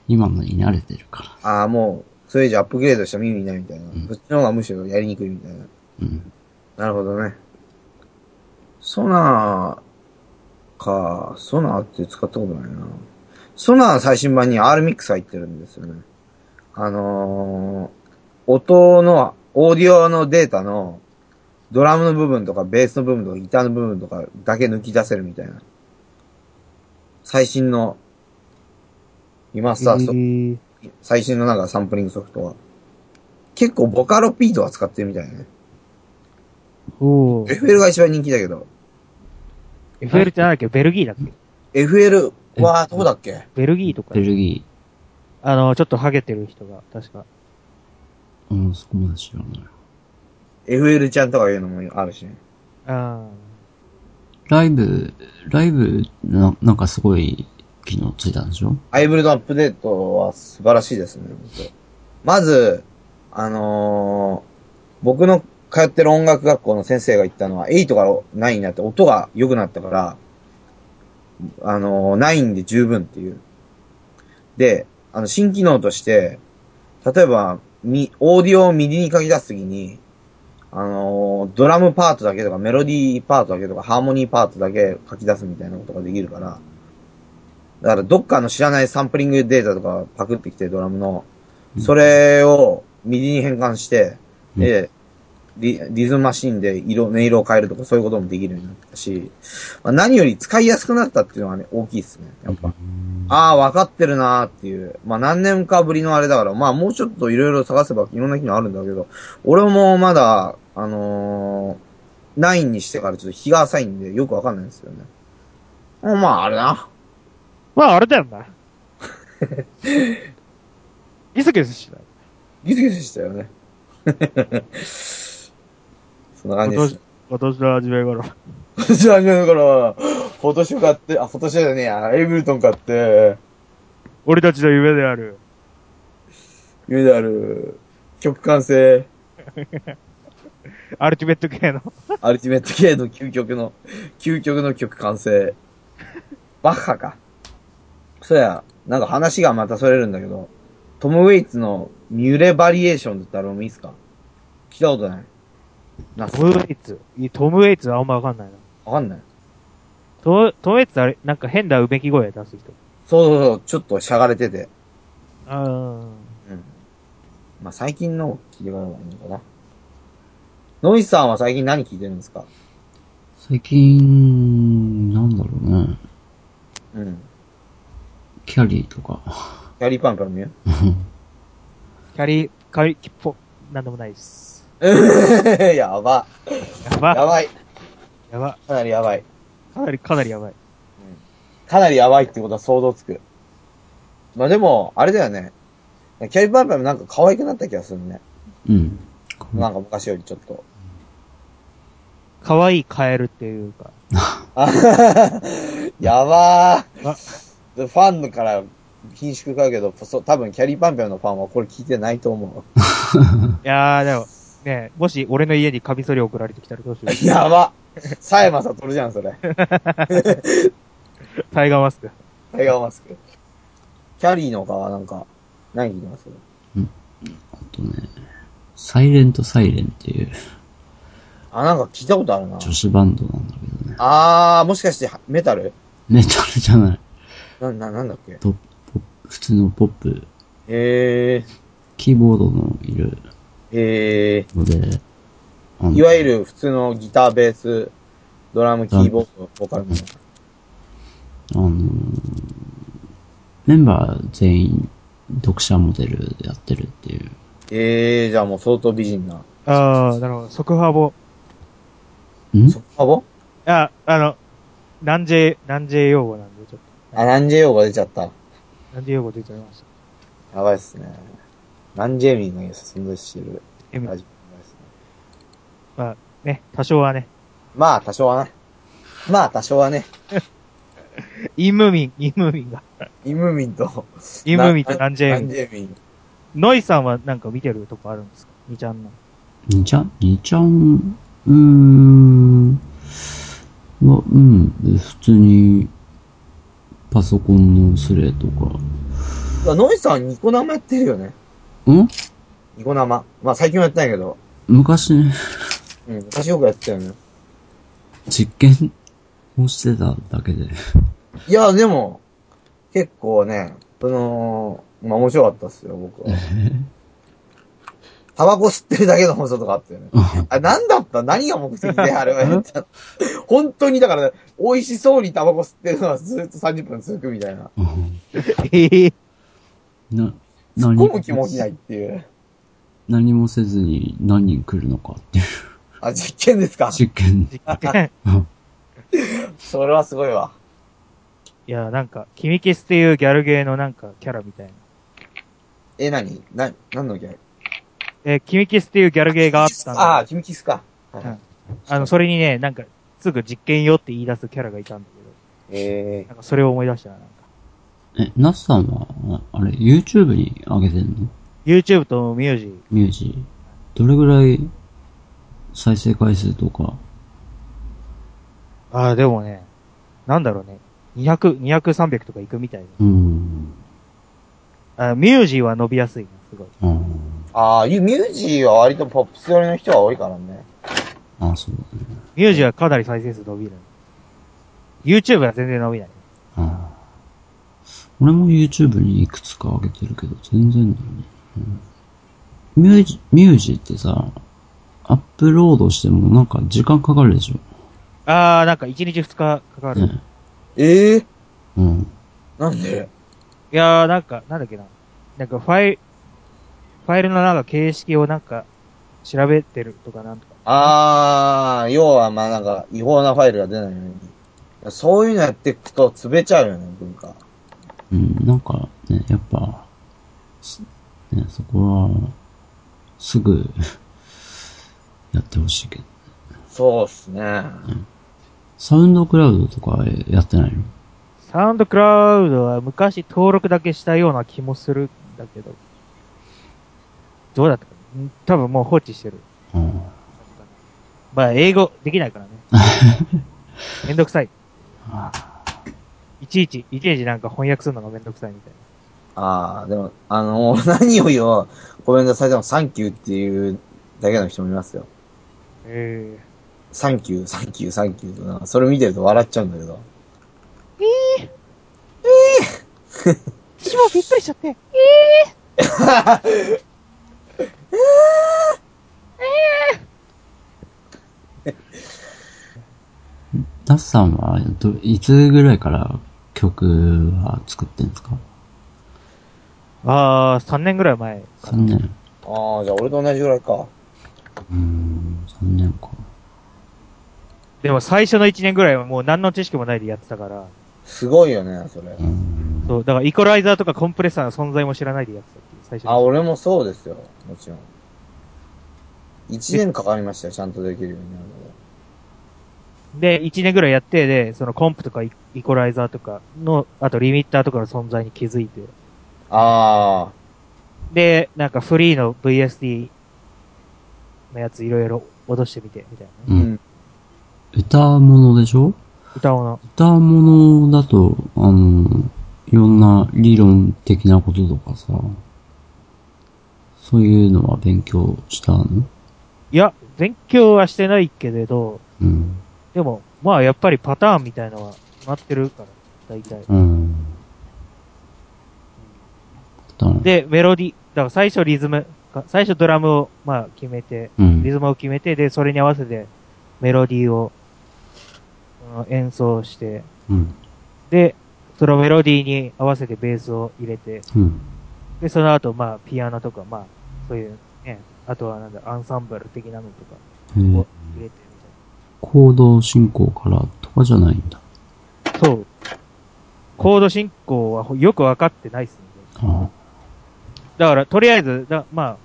C: 今のに慣れてるから。
B: ああ、もう、それ以上アップグレードした耳にないみたいな。そっちの方がむしろやりにくいみたいな。
C: うん。
B: なるほどね。ソナーか、ソナーって使ったことないな。ソナー最新版に R ミックス入ってるんですよね。あのー、音の、オーディオのデータの、ドラムの部分とか、ベースの部分とか、ギターの部分とかだけ抜き出せるみたいな。最新の、今さ、
D: えー
B: 最新のなんかサンプリングソフトは。結構ボカロ P とは使ってるみたいね。
D: おー
B: FL が一番人気だけど。
D: FL ってなんだっけベルギーだっけ
B: FL はどこだっけ
D: ベルギーとか
C: ベ。ルギ
D: あの、ちょっとハゲてる人が、確か。
C: ー、うん、そこまで知らない。
B: ?FL ちゃんとかいうのもあるしね。
D: あ
C: ライブ、ライブ、ななんかすごい機能ついたんでしょ
B: ハイブリッドアップデートは素晴らしいですね。本当まず、あのー僕の通ってる音楽学校の先生が言ったのは、8から9になって音が良くなったから、あのー、9で十分っていう。で、あの、新機能として、例えば、み、オーディオを右に書き出すときに、あのードラムパートだけとか、メロディーパートだけとか、ハーモニーパートだけ書き出すみたいなことができるから、だからどっかの知らないサンプリングデータとかパクってきてドラムの、それを右に変換して、で、リリズムマシンで色、音色を変えるとかそういうこともできるようになったし、まあ、何より使いやすくなったっていうのはね、大きいですね。やっぱ。ああ、わかってるなーっていう。まあ何年かぶりのあれだから、まあもうちょっといろいろ探せばいろんな機能あるんだけど、俺もまだ、あのー、9にしてからちょっと日が浅いんでよくわかんないんですよね。まああれな。
D: ーまあ、あれだよ <laughs> な。ギスギスしてた。
B: ギスギスしたよね。 <laughs> そんな感じです
D: 私。、私の初め頃。
B: 私はだから、フォトショー買って、あ、フォトショーじゃねえや、エイブルトン買って、
D: 俺たちの夢である。
B: 夢である、曲完成、
D: アルティメット系の。
B: アルティメット系の究極の、究極の曲完成。バッハか。そうや、なんか話がまたそれるんだけど、トム・ウェイツのミュレバリエーションって誰もいいっすか聞いたことない。な、
D: トム・ウェイツ。いトム・ウェイツはあんまわかんないな。
B: わかんない。
D: トトム・ウェイツってあれ、なんか変なうめき声出す人。
B: そうそうそう、ちょっとしゃがれてて。
D: あー
B: うん。まあ、最近のを聞いてもらえばいいのかな。ノイさんは最近何聞いてるんですか
C: 最近、なんだろうね。
B: うん。
C: キャリーとか。
B: キャリーパンパン見る
D: キャリー、カリ、キッポ、なんでもないです。
B: <laughs> やば。
D: や
B: や
D: ば。
B: ばい。
D: やば。
B: かなりやばい。
D: かなり、かなりやばい。
B: かなりやばいってことは想像つく。まあ、でも、あれだよね。キャリーパンパンもなんか可愛くなった気がするね。
C: うん。
B: なんか昔よりちょっと。 <laughs>
D: かわいいカエルっていうか。
B: あやば
D: あ
B: ー。ファンから緊縮買うけど、そう多分キャリーパンパンのファンはこれ聞いてないと思
D: いやー、でも、ねもし俺の家にカミソリ送られてきたらどうしよ
B: う。やば。さえまさとるじゃん、それ。
D: う。タイガーマスク。
B: タイガーマスク。キャリーの他はなんか、何聞いてます
C: あとね、サイレントサイレンっていう
B: あ、なんか聞いたことあるな。
C: 女子バンドなんだけどね。
B: あー、もしかしてメタル
C: メタルじゃない。
B: な、な、なんだっけ
C: ポップ、普通のポップ、
B: え
C: キーボードのいる
B: ー、え
C: ので、あの
B: ー、いわゆる普通のギター、ベース、ドラム、キーボード、ボーカルの。
C: あのーメンバー全員読者モデルでやってるっていう。
B: えー、じゃあもう相当美人な。
D: あー、なるほど。即ハボ。
C: ん
B: そこぼ
D: あ、あの、南 J、南 J 用語なんで、ちょっ
B: あ、ランジェ用語出ちゃった。
D: と。南 J 用語出ちゃいました。
B: やばいっすね。ランジェミーが存在してる。
D: え
B: ラ
D: ま
B: ジオやばいっすね
D: あ、ね、多少はね。
B: まあ、多少はね。まあ、多少はね。
D: イムミン、イムミンが。
B: イムミンと。
D: イムミンとランジェミ
B: ラ
D: ン
B: ンジェミン。
D: ノイさんはなんか見てるとこあるんですか二ちゃんの。
C: にちゃんにちゃん、うーん、まあ、うん、普通に、パソコンのスレとか、
B: あノイさんニコ生やってるよね。
C: ん
B: ニコ生。まあ最近もやってないけど。
C: 昔ね、 <laughs>
B: うん。昔よくやってたよね。
C: 実験をしてた
B: <laughs>
C: だけで。
B: いや、でも、結構ね、その、まあ面白かったっすよ、僕は。タバコ吸ってるだけの放送とかあったよね。あ、なんだった何が目的であれはやった本当にだから、美味しそうにタバコ吸ってるのはずっと30分続くみたいな。
D: ええ
C: な、
B: 突っ
C: 何
B: 込む気もしないっていう。
C: 何もせずに何人来るのか
B: <laughs>
C: っていう
B: あ、実験ですか
C: 実験。
D: 実 <laughs> 験。
B: それはすごいわ。
D: いや、なんか、キミキスっていうギャルゲーのなんかキャラみたいな。
B: え、何な、何のギャル
D: えーキミキスっていうギャルゲーがあったん
B: ああ、
D: だ
B: キムキスか。はい
D: うんあの、それにね、なんか、すぐ実験よって言い出すキャラがいたんだけど、
B: え
D: なんかそれを思い出したな、なんか。
C: え、ナスさんは、ああれ、YouTube に上げてんの
D: YouTube とミュージー。
C: ミュージー。どれぐらい再生回数とか。
D: ああ、でもね、なんだろうね。200、200、300とか行くみたい
C: うん。うん
D: な。あミュージーは伸びやすいな、すごい。
B: ー、ああ、ミュージーは割とポップス寄りの人が多いからね。
C: あ、そうだね。
D: ミュージーはかなり再生数伸びる。YouTube は全然伸びない。
C: あー俺も YouTube にいくつか上げてるけど、全然だよね。うんミュージ、ミュージーってさ、アップロードしてもなんか時間かかるでし
D: ああ、なんか1日2日かか
C: ょ。
D: る。
C: ね。
B: ええー、
C: うん。
B: なんで
D: いやー、なんか、なんだっけな。なんかファイル、ファイルのなんか形式をなんか、調べてるとかなんとか。
B: あー、要はまあなんか違法なファイルが出ないように。そういうのやっていくと潰れちゃうよね、文化。
C: うん、なんかね、やっぱ、すね、そこは、すぐ、 <laughs> やってほしいけど。
B: そうっすね。
C: サウンドクラウドとかやってないの
D: サウンドクラウドは昔登録だけしたような気もするんだけど。どうだったかな。ん多分もう放置してる。
C: あ
D: まあ、英語できないから <laughs> ね。めんどくさい。いちいち、いちいちなんか翻訳するのがめんどくさいみたいな。
B: あー、でも、あの、 <laughs> 何を言おう、コメントされてもサンキューっていうだけの人もいますよ。
D: え
B: サンキュー、サンキュー、サンキューとなんか、それ見てると笑っちゃうんだけど。
D: え私もびっくりしちゃって。
C: ダスさんはど、いつぐらいから曲は作ってんですか
D: ああ、3年ぐらい前。
C: ?3 年。
B: ああ、じゃあ俺と同じぐらいか。
C: うーん、3年か。
D: でも最初の1年ぐらいはもう何の知識もないでやってたから。
B: すごいよね、それ
C: う。ーん。
D: そう、だからイコライザーとかコンプレッサーの存在も知らないでやってたっていう、最初
B: あ、
D: の。
B: 俺もそうですよ、もちろん。一年かかりましたよ、ちゃんとできるようになるので。
D: で、1年ぐらいやって、で、そのコンプとかイイコライザーとかの、あとリミッターとかの存在に気づいて。
B: ああ、
D: で、なんかフリーの VSD のやついろいろ戻してみて、みたいなね、
C: う。
B: うんん。
C: 歌物でしょ
D: 歌をの。
C: 歌物だと、あの、いろんな理論的なこととかさ、そういうのは勉強したの
D: いや、勉強はしてないけれど、
C: うん。
D: でも、まあやっぱりパターンみたいのは決まってるから、大体。
C: うん。だな
D: で、メロディ、だから最初リズムか、最初ドラムを、まあ決めて、
C: う
D: リ
C: ん。
D: ズムを決めて、で、それに合わせてメロディーを、うん演奏して、
C: うん。
D: で、そのメロディーに合わせてベースを入れて、
C: うん。
D: で、その後、まあ、ピアノとか、まあ、そういう、ね、あとはなんだ、アンサンブル的なのとか
C: えー
D: を入れてみ
C: 行動進行からとかじゃないんだ。
D: たいな。そう。コード進行はほよくわかってないっすね。
C: あ
D: だから、とりあえず、だまあ、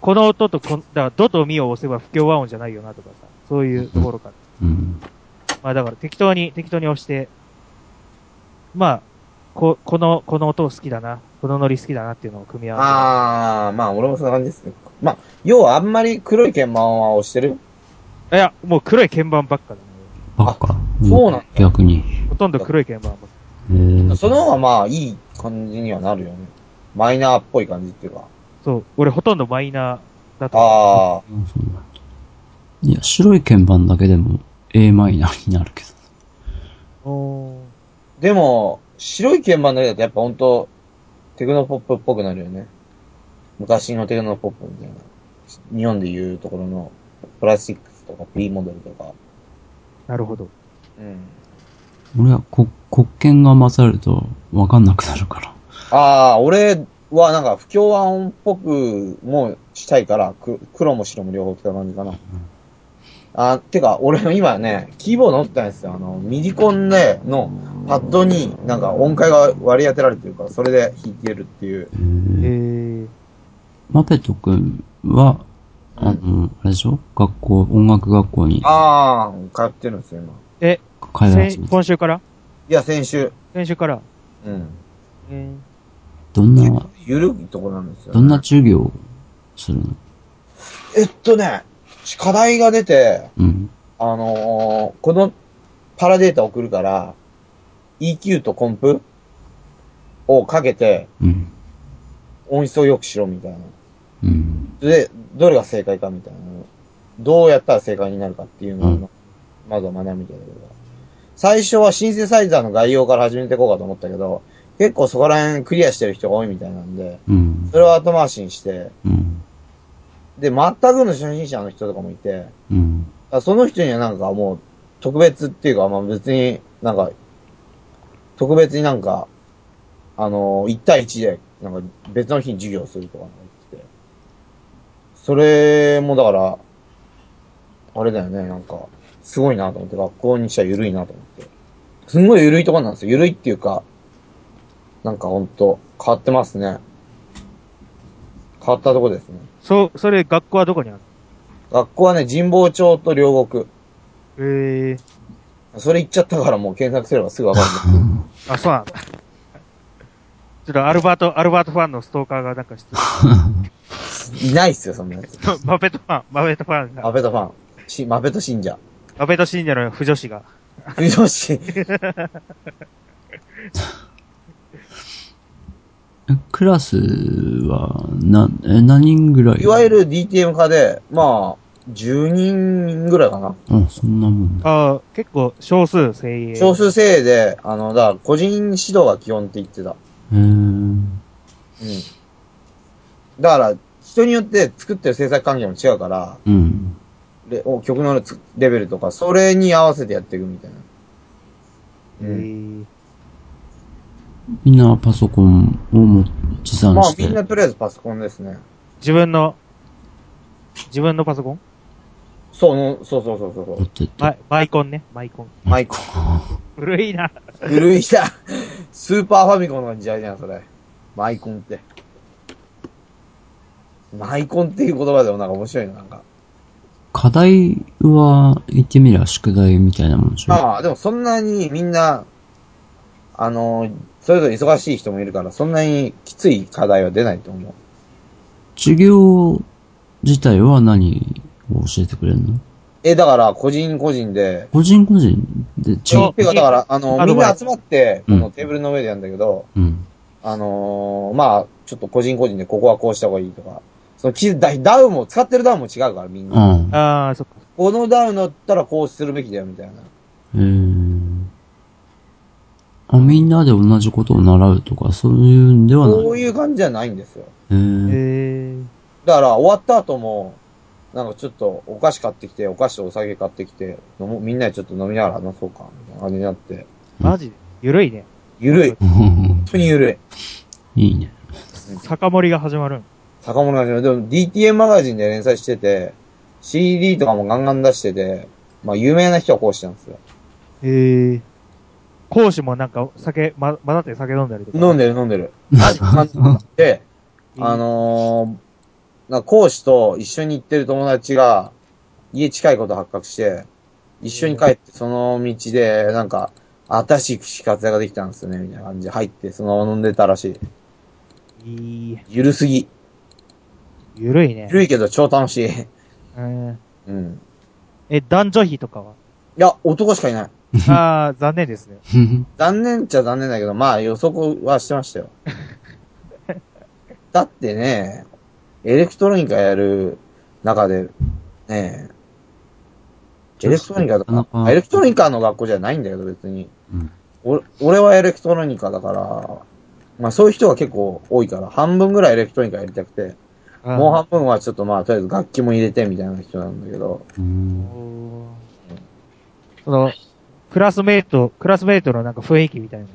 D: この音とこん、だから、ドとミを押せば不協和音じゃないよなとかさ、そういうところから。
C: うん。
D: まあだから適当に、適当に押して、まあ、こ、この、この音好きだな、このノリ好きだなっていうのを組み合わ
B: あー、まあ俺もそんな感じですね。まあ、要はあんまり黒い鍵盤は押してる
D: せて。いや、もう黒い鍵盤ばっかだね。
C: ばっか。
B: そうなんだ
C: 逆に。
D: ほとんど黒い鍵盤ばっか。
C: えー、
B: その方がまあいい感じにはなるよね。マイナーっぽい感じっていうか。
D: そう、俺ほとんどマイナーだと思う。
B: あ
C: うんそうなんだいや、白い鍵盤だけでも a マイナーになるけど。
D: おー
B: ー、でも、白い鍵盤だけだとやっぱほんと、テクノポップっぽくなるよね。昔のテクノポップみたいな。日本でいうところの、プラスチックスとかプリモデルとか。
D: なるほど。
B: うん。
C: 俺はこ黒鍵が混ざるとわかんなくなるから。
B: ああ、俺はなんか不協和音っぽくもしたいから、く黒も白も両方って感じかな。あてか、俺も今ね、キーボード持ってたんですよ。あの、ミディコンでのパッドになんか音階が割り当てられてるから、それで弾けるっていう。
C: えー
D: えー、
C: マペト君は、
B: うん
C: あの、あれでしょ学校、音楽学校に
B: ああ、通ってるんですよ、今。
D: え、
C: 通い
D: 先
C: 始めた。
D: 今週から
B: いや、先週。
D: 先週から。
B: うん。
D: えー
C: どんな、
B: ゆるいとこなんですよ、
C: どんな授業をするの
B: えっとね、課題が出て、
C: うん。
B: あのーこのパラデータ送るから、EQ とコンプをかけて
C: うん。
B: 音質を良くしろみたいな。
C: うん。
B: で、どれが正解かみたいな。どうやったら正解になるかっていうのを、
C: うん
B: まずは学びたいんだけど。最初はシンセサイザーの概要から始めていこうかと思ったけど、結構そこら辺クリアしてる人が多いみたいなんで、
C: うん
B: そ。れを後回しにして、
C: うん。
B: で、全くの初心者の人とかもいて、
C: うん。 <laughs>
B: あその人にはなんかもう、特別っていうか、まあ別になんか、特別になんか、あのー、1対1で、なんか別の日に授業するとかなんか言ってて。それもだから、あれだよね、なんか、すごいなと思って、学校にしたら緩いなと思って。すんごい緩いところなんですよ。緩いっていうか、なんかほんと、変わってますね。変わったとこですね。
D: そう、それ学校はどこにある
B: 学校はね、神保町と両国。
D: えー、
B: それ言っちゃったからもう検索すればすぐわか <laughs> るんだ。
D: <laughs> あ、そうなんだ。ちょっとアルバート、アルバートファンのストーカーがなんか質
B: いないっすよ、そんなやつ。
D: <laughs> 問マペットファン、マペットファン
B: マ
D: が、
B: ペトファン。し、マペト信者。
D: マペット信者の不女子が。
B: 不良心。
C: えクラスは、な、え、何人ぐらい
B: いわゆる DTM 化で、まあ、10人ぐらいかな。
C: あ、そんなもんだ。
D: ああ、結構少数精鋭。
B: 少数制で、あの、だから個人指導が基本って言ってた。
C: へー
B: うん。だから、人によって作ってる制作環境も違うから、
C: うん。
B: でお曲のつレベルとか、それに合わせてやっていくみたいな。
D: えー
C: みんなパソコンを持持参
B: まあ
C: し、て。
B: みんなとりあえずパソコンですね。
D: 自分の、自分のパソコン
B: そう、のそうそうそうそ
C: 持っ
B: う。
C: てって。
D: マイマイコンね、マイコン。
B: マイク。
D: 古いな。
B: 古いな。スーパーファミコンの時代じゃん、それ。マイコンって。マイコンっていう言葉でもなんか面白いな、なんか。
C: 課題は、言ってみりゃ宿題みたいなもんでしょ。
B: まあ、でもそんなにみんな、あの、それぞれ忙しい人もいるから、そんなにきつい課題は出ないと思う。
C: 授業自体は何を教えてくれるの
B: え、だから、個人個人で、
C: 個人個人で違
D: そうう。
B: てか、だから、あの、
D: ア
B: み
D: ド
B: ん
D: バイス
B: な集まって、こ
C: うん
B: のテーブルの上でやるんだけど、
C: うん。
B: あのーまあ、ちょっと個人個人でここはこうした方がいいとか、その機材、ダウンも、使ってるダウンも違うから、みんな。
C: ああ。
D: ああ、そっか。
B: このダウンだったらこうするべきだよ、みたいな。
C: えー。あ、みんなで同じことを習うとか、そういうんではない。
B: こういう感じじゃないんですよ。
C: え
D: え
C: ー、
D: ー、
B: だから、終わった後も、なんかちょっとお菓子買ってきて、お菓子とお酒買ってきて、飲もうみんなでちょっと飲みながら話そうか、みたいな感じになって。
D: マジゆるいね。
B: ゆるい。本当にゆるい。
C: <laughs> いいね。
D: 酒盛りが始まるん。
B: 坂本がでも DTM マガジンで連載してて、CD とかもガンガン出してて、まあ有名な人はこうしてたんですよ。
D: えー、講師もなんか酒、ま、混ざって酒飲んだりとか。
B: 飲ん
D: で。
B: でる飲んで <laughs> る。ガンガンで、あのー、なんか講師と一緒に行ってる友達が、家近いこと発覚して、一緒に帰ってその道で、なんか、新しい串カツ屋ができたんですよね、みたいな感じで入って、そのまま飲んでたらしい。
D: いい、
B: ゆるすぎ。
D: ゆるいね
B: ゆ。るいけど超楽しい。
D: うん。
B: うん。
D: え、男女比と <laughs> かは
B: いや、男しかいない。
D: ああ、残念ですね。
B: 残念っちゃ残念だけど、まあ予測はしてましたよ。 <laughs> だってね、エレクトロニカやる中で、ねエレクトロニカと
C: な
B: か
C: かな、か
B: エレクトロニカの学校じゃないんだけど別に。
C: うん
B: 俺俺はエレクトロニカだから、まあそういう人が結構多いから、半分ぐらいエレクトロニカやりたくて、もう半分はちょっとまあとりあえず楽器も入れてみたいな人なんだけど、
C: うん
D: おーその、クラスメイト、クラスメイトのなんか雰囲気みたいな。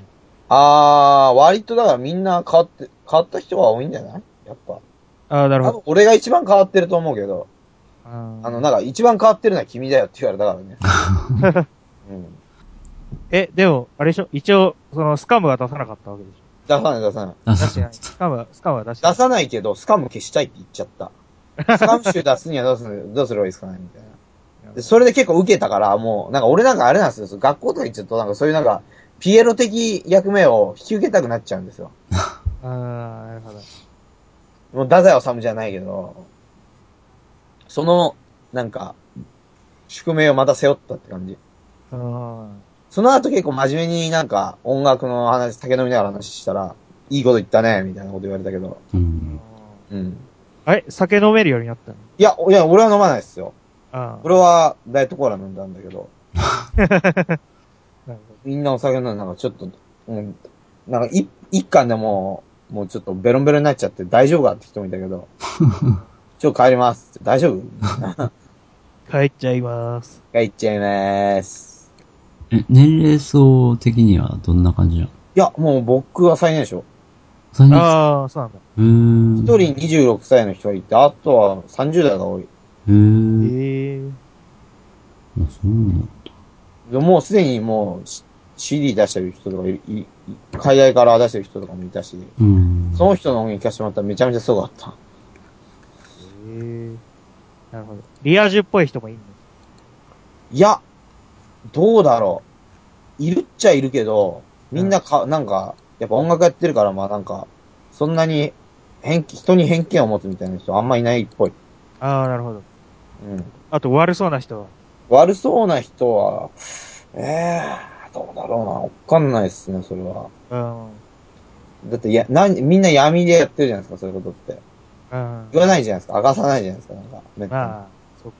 B: あー、割とだからみんな変わって、変わった人が多いんじゃないやっぱ。
D: ああ、なる
B: 多
D: ほど
B: 分。俺が一番変わってると思うけど、
D: あ
B: あの、なんか一番変わってるのは君だよって言われたからね。うん。
D: え、でも、あれでしょ一応、その、スカムは出さなかったわけでし <laughs> ょ
B: 出さない出さない。
C: あ
D: 出してない。スカムは、スカムは出してな
B: 出
D: い。
B: さないけど、スカム消したいって言っちゃった。スカム集出すにはどうする、 <laughs> どうすればいいですかねみたいな。でそれで結構受けたから、もう、なんか俺なんかあれなんですよ。学校とか行っちゃうと、なんかそういうなんか、ピエロ的役目を引き受けたくなっちゃうんですよ。
D: ああ、なるほど。
B: もう、太宰治じゃないけど、その、なんか、宿命をまた背負ったって感じ。
D: うん。
B: その後結構真面目になんか音楽の話、酒飲みながら話したら、いいこと言ったね、みたいなこと言われたけど。
C: うん
B: うん。
D: あれ酒飲めるようになったの
B: いや、いや、俺は飲まないですよ。
D: ああ。
B: 俺はダイエットコーラ飲んだんだけど、
D: なるほど。
B: みんなお酒飲んでなんかちょっと、うん、なんか一一貫でもう、もうちょっとベロンベロンになっちゃって大丈夫かって人もいたけど、ちょっと帰ります。大丈夫が
D: 帰っちゃいます。
B: 行っちゃいまーす。
C: え、年齢層的にはどんな感じなの
B: いや、もう僕は最年少。
C: 三人
D: ああ、そうなんだ。
C: うーん。
B: 一人26歳の人がいて、あとは30代が多い。
C: へー。
D: ええ。
C: あ、そうなんだ。
B: もうすでにもう C- CD 出してる人とかいる、いい海外から出してる人とかもいたし、
C: うん。
B: その人の音に行かせてもらったらめちゃめちゃすごかった。
D: ええ。なるほど。リア充っぽい人もいる
B: いや、どうだろう。いるっちゃいるけど、みんなか、なんか、やっぱ音楽やってるから、まあなんか、そんなに偏見、人に偏見を持つみたいな人あんまいないっぽい。
D: のああ、なるほど。
B: うん。
D: あと、悪そうな人は。
B: 悪そうな人は、ええー、どうだろうな。わかんないっすね、それは。
D: うん。
B: だって、や、なん、みんな闇でやってるじゃないですか、そういうことって。
D: うん。
B: 言わないじゃないですか。明かさないじゃないですか。なんか、めっちゃ
D: まあ、そっか。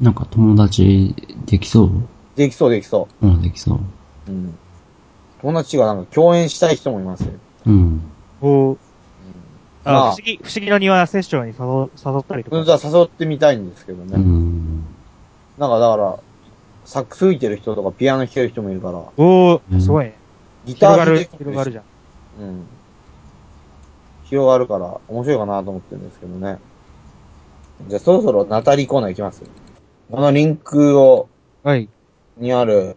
C: なんか友達できそう
B: できそう、できそ
C: うん、できそう。
B: う。うん。友達がなんか共演したい人もいますよ。
C: うん。
D: おーあ、
B: まあ
D: 不思議、不思議の庭セッションに誘誘ったりと
B: 本
D: か。
B: 当は誘ってみたいんですけどね。
C: うん。
B: なんかだから、サックス吹いてる人とかピアノ弾ける人もいるから、
D: お
C: う
D: ー、
C: ん
D: すごいね。
B: ギター
D: 広
B: 弾
D: が
B: け
D: る
B: る、人も
D: 広
B: い
D: が
B: る
D: る
B: し
D: じゃん。
B: うん。広がるから、面白いかなと思ってるんですけどね。じゃあそろそろナタリーコーナー行きます。このリンクを、
D: はい。
B: にある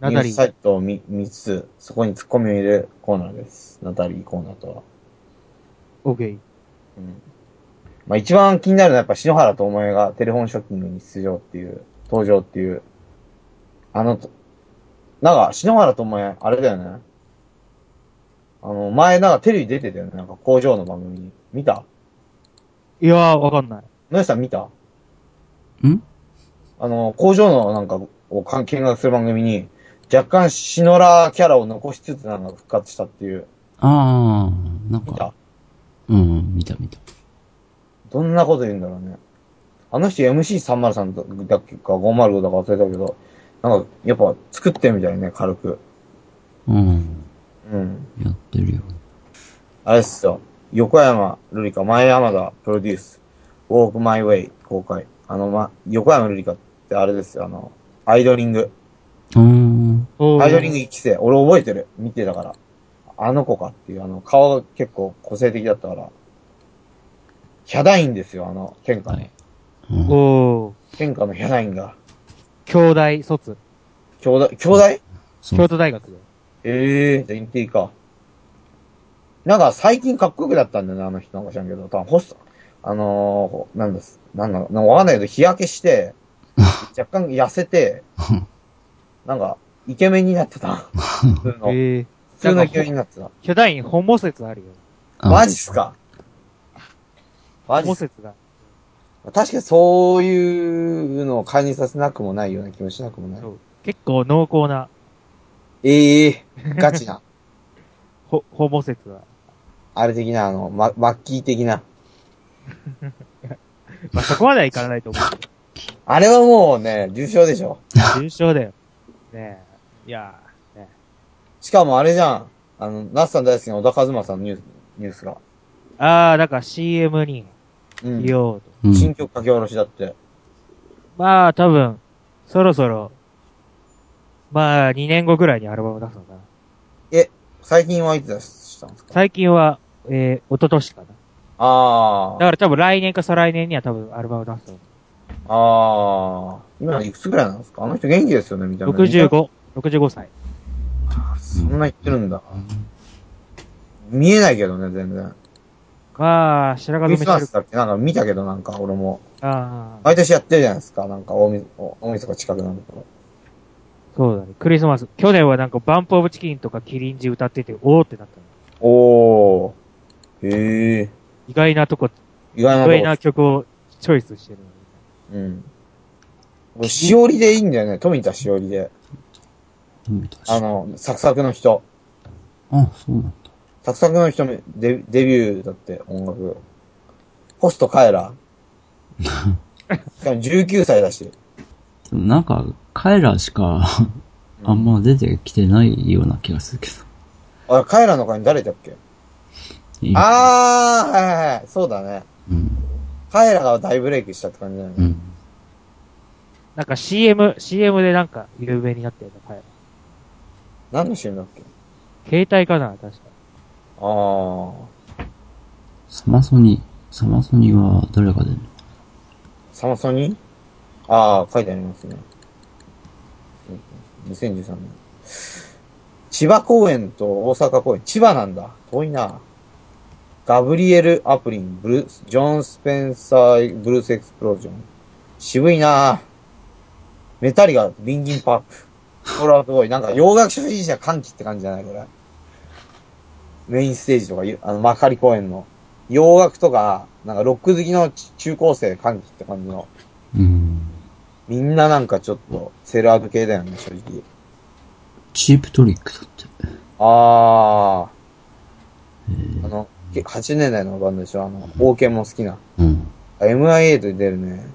D: ナ
B: ニュ
D: タ
B: ー
D: リ
B: スサ
D: ー。
B: イトを見見つつ、そこに突っ込みを入れるコーナーです。ナタリーコーナーとは。
D: オーケー。
B: うん。まあ一番気になるのはやっぱ篠原智恵がテレフォンショッキングに出場っていう、登場っていう。あの、なんか篠原智恵、あれだよね。あの、前なんかテレビ出てたよね。なんか工場の番組に。見た
D: いやー、わかんない。
B: 野吉さん見た
C: ん
B: あの、工場のなんかをかん見学する番組に、若干篠原キャラを残しつつなんか復活したっていう。
C: ああ、なん
B: 見
C: か、
B: た
C: うん、見た見た。
B: どんなこと言うんだろうね。あの人 MC303 だっけか505だか忘れたけど、なんか、やっぱ作ってみたいね、軽く。
C: うん、
B: うん。
C: やってるよ。
B: あれっすよ。横山ルリカ、前山田プロデュース、Walk My Way 公開。あの、ま、横山ルリカってあれですよ、あの、アイドリング。
C: うーん、
D: おー
B: アイドリング1期生。俺覚えてる。見てたから。あの子かっていう、あの、顔が結構個性的だったから。ヒャダインですよ、あの、天下
C: は
B: の。
C: い。うん
D: おー。
B: 天下のヒャダインが。
D: 兄弟卒。
B: 兄弟、兄弟
C: そう
D: 京都大学で。
B: ええー、インティか。なんか最近かっこよくなったんだよね、あの人なんか知らんけど。多分ホスト、あのー、なんです、なんだろう、
D: <laughs>
B: なんかわかんないけど、日焼けして、若干痩せて、なんか、イケメンになってた。普通の。普
D: <laughs> ええ
B: 通のイケメンになってた。
D: ヒョダイン本母説あるよ。
C: <laughs> あ
B: マジっすかマ
D: 本
B: ジっ
D: 母
B: す
D: 説が。
B: か確かにそういうのを感じさせなくもないような気もしなくもない
D: そ。う結構濃厚な
B: ええガチ
D: <laughs>
B: な。
D: ほ本母説が。
B: あれ的な、あの、ママッキー的な。
D: まあ、そこまではいかないと思うけど。
B: あれはもうね、重症でしょ。
D: 重傷だよ。ねえ。いやー、ね
B: しかもあれじゃん。あの、ナスさん大好きな小田和正のニュース、ニュースが。
D: えあー、なんか CM に
B: う
D: い
B: ん。
D: ようと。
C: うん
B: 新曲書き下ろしだって。
D: まあ、多分、そろそろ、まあ、2年後ぐらいにアルバム出すのかな。
B: え、最近はいつ出したんですか
D: 最近は、えー、一昨年かな。
B: あ
D: だ
B: あ。
D: から多分来年か再来年には多分アルバム出すと思。
B: ああ。今いくつぐらいなんですかあの人元気ですよね、みたいうな。
D: 65、65歳。
B: そんな言ってるんだ。見えないけどね、全然。
D: まあ、白
B: ク
D: 髪
B: リ
D: 染
B: ス
D: め
B: マ
D: してる
B: ス。だってなんか見たけどなんか俺も。
D: ああ、
B: 毎年やってるじゃないですか。なんか大み、大晦日近くなると。
D: そうだね。クリスマス。去年はなんかバンプオブチキンとかキリンジ歌ってて、おーってなったの。
B: おー。へえ。
D: 意外なとこ、
B: 意外な
D: 意
B: とこ
D: 外な曲をチョイスしてるのね。
B: うん。俺、しおりでいいんだよね。富田しおりで。
C: うん見たし
B: あの、サクサクの人。
C: あ、そうなんだ。
B: サクサクの人めデ、デビューだって、音楽。ホストカエ
C: <laughs>
B: ラ。しかも19歳だし。
C: でもなんか、彼らしか、あんま出てきてないような気がするけ
B: あれ、カエラの他に誰だっけ
C: ど。あ
B: あー、はいはいはい。そうだね。
C: うん。
B: カエラが大ブレイクしたって感じだよ
C: う
B: ね。
C: ん。
D: なんか CM、CM でなんか有名になったよね、はい。
B: 何の CM だっけ
D: 携帯かな、確か。
B: あー。
C: サマソニ、サマソニは誰が出るの
B: サマソニーああ、書いてありますね。2013年。千葉公園と大阪公園。千葉なんだ。遠いな。ガブリエル・アプリン、ブルース、ジョン・スペンサー・ブルース・エクスプロージョン。渋いなメタリガ、ビンギン・パーク。これはすごい。なんか洋楽初心者歓喜って感じじゃないこれ。メインステージとかいう、あの、幕張公園の。洋楽とか、なんかロック好きの中高生歓喜って感じの。
C: うん。
B: みんななんかちょっとセルアブ系だよね、正直。
C: チープトリックだって。
B: あー。あの、け80年代のバンドでしょあの、王権も好きな。
C: うん。
B: あ MIA と出るね。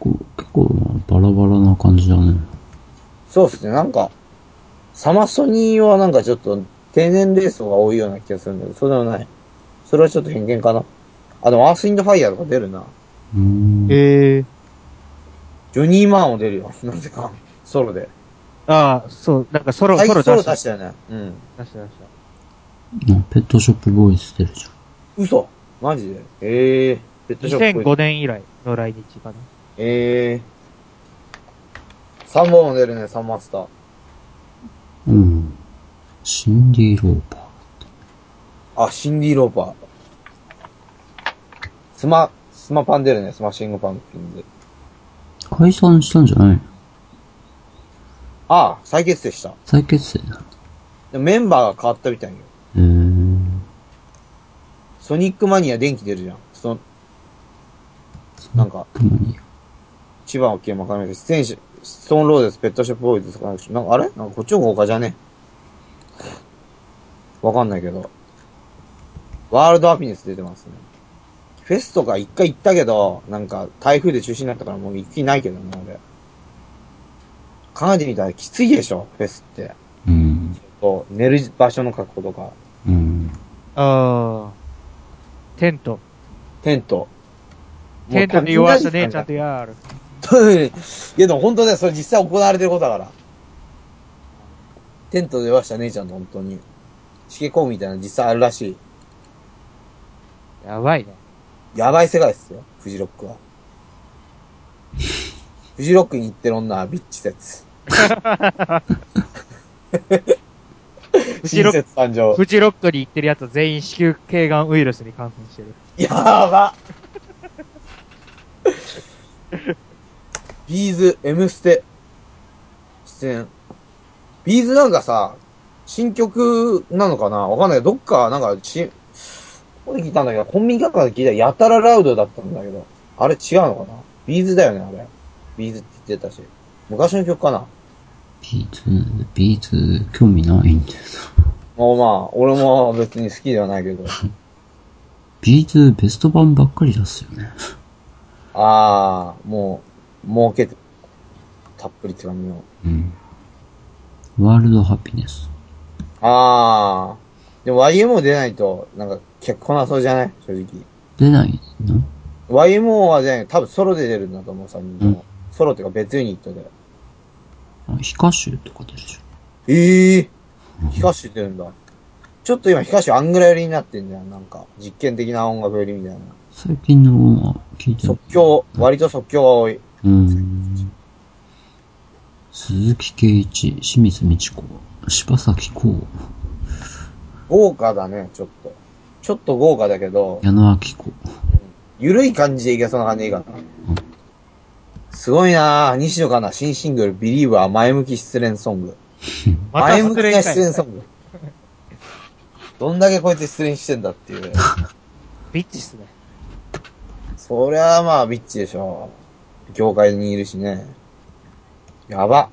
C: こう結構バラバラな感じだね。
B: そうっすね、なんか、サマソニーはなんかちょっと低年齢層が多いような気がするんだけど、そうでもない。それはちょっと偏見かな。あ、でもアースインドファイヤーとか出るな。
C: うーん。
D: ええ
B: ジョニー・マーンも出るよ。 <laughs> なぜか。ソロで。
D: ああ、そう、なんかソロ、
B: 最
D: ソロ
B: 近ソ
D: 出
B: ロ
D: した。
B: 出
D: 出し
B: したよね。うん。
D: た、出した。
C: なペットショップボーイズ出るじゃん。
B: 嘘マジでええー。ペットショップ
D: 2005年以来の来日かな。
B: ええー。3本も出るね、サンマスター。
C: うん。シンディ・ローパー。
B: あ、シンディ・ローパー。スマ、スマパン出るね、スマッシングパンキンで。
C: 解散したんじゃないの
B: ああ、再結成した。
C: 再結成だ。
B: でメンバーが変わったみたいよ。
C: へえー。
B: ソニックマニア電気出るじゃん。その、なんか、
C: クマニア。
B: 千葉を消えまかめる。出演者、ストーンローデス、ペットショップボーイズとかなんか、あれなんかこっちの方が豪華じゃねわかんないけど。ワールドハピネス出てますね。フェスとか一回行ったけど、なんか台風で中止になったからもう行く気ないけどね、俺。考えてみたらきついでしょ、フェスって。
C: うん。
B: こう寝る場所の確保とか、
C: うん。
D: ああ。テント。
B: テント。
D: テントで弱した姉ちゃんとやーる。
B: <laughs> いやでも本当だよ、それ実際行われてることだから。テントでました姉ちゃんと本当に。しけ込むみたいなの実際あるらし
D: <laughs> やばいね。
B: い。やばい世界ですよ、フジロック
D: <laughs>
B: は。フジロックに行ってる女はビッチ説。
D: フジロ
B: 新
D: ック
B: 説誕生。
D: フジロックに行ってるやつは全員子宮頸がんウイルスに感染してる。
B: やばビーズ、M ステ、出演。ビーズなんかさ、新曲なのかなわかんないけど、どっか、なんか、ち、ここで聞いたんだけど、コンビニかなんかで聞いたらやたらラウドだったんだけど、あれ違うのかなビーズだよね、あれ。ビーズって言ってたし。昔の曲かな
C: ーツ、ビーツ、興味ないんだよな。
B: まあまあ、俺も別に好きではないけど。
C: ビーツ、ベスト版ばっかり出すよね。
B: ああ、もう、儲けて、たっぷりって感じの。
C: うん。ワールドハピネス。
B: ああ、でも YMO 出ないと、なんか、結構なそうじゃない正直。
C: 出ないの
B: YMO は出ない。多分ソロで出るんだと思う、3人とも。ソロっていうか別ユニットで。
C: あ、ヒカシュとかでし
B: ええー、ヒカシュ出るんだ。ちょっと今ヒカシュアングラ寄りになってんじゃん、なんか。実験的な音楽寄りみたいな。
C: ょ。最近のは聞いてる
B: 即。興、割と即興が多い。
C: うん。鈴木圭一、清水美智子、柴咲コウ、
B: 豪華だね、ちょっと。ちょっと豪華だけど、
C: 矢野明子。
B: ゆるい感じでいけそうな感じでいいかな。すごいなぁ。西野かな新シングル、ビリーバー前向き失恋ソング。
D: また
B: 前向き
D: 失
B: な
D: 礼か
B: 失恋
D: い。
B: ソング。どんだけこいつ失恋してんだっていう。
D: ビッチっすね。
B: そりゃあまあ、ビッチでしょ。業界にいるしね。やば。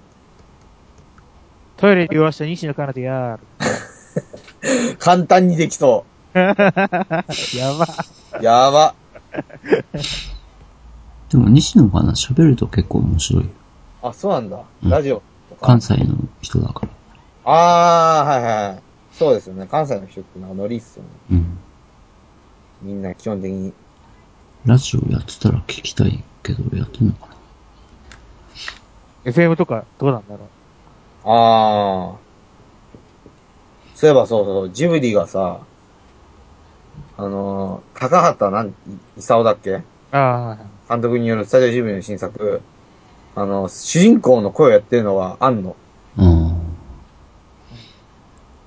D: トイレで言わした西野カナとや
B: 簡単にできそ
D: ーる。やば。
B: う。やば。
C: でも西野かな喋ると結構面白い。
B: あ、そうなんだ。
C: うん
B: ラジオとか。
C: 関西の人だから。
B: あー、はいはい。そうですよね。関西の人ってのはノリっすよね。
C: うん。
B: みんな基本的に。
C: ラジオやってたら聞きたいけど、やってんのかな
D: FM とかどうなんだろう。
B: あー。そういえばそうそう、ジブリがさ、あのー、高畑なん、いさおだっけ
D: あ
B: 監督によるスタジオジブリの新作、あの、主人公の声をやってるのは、あんの。
C: あ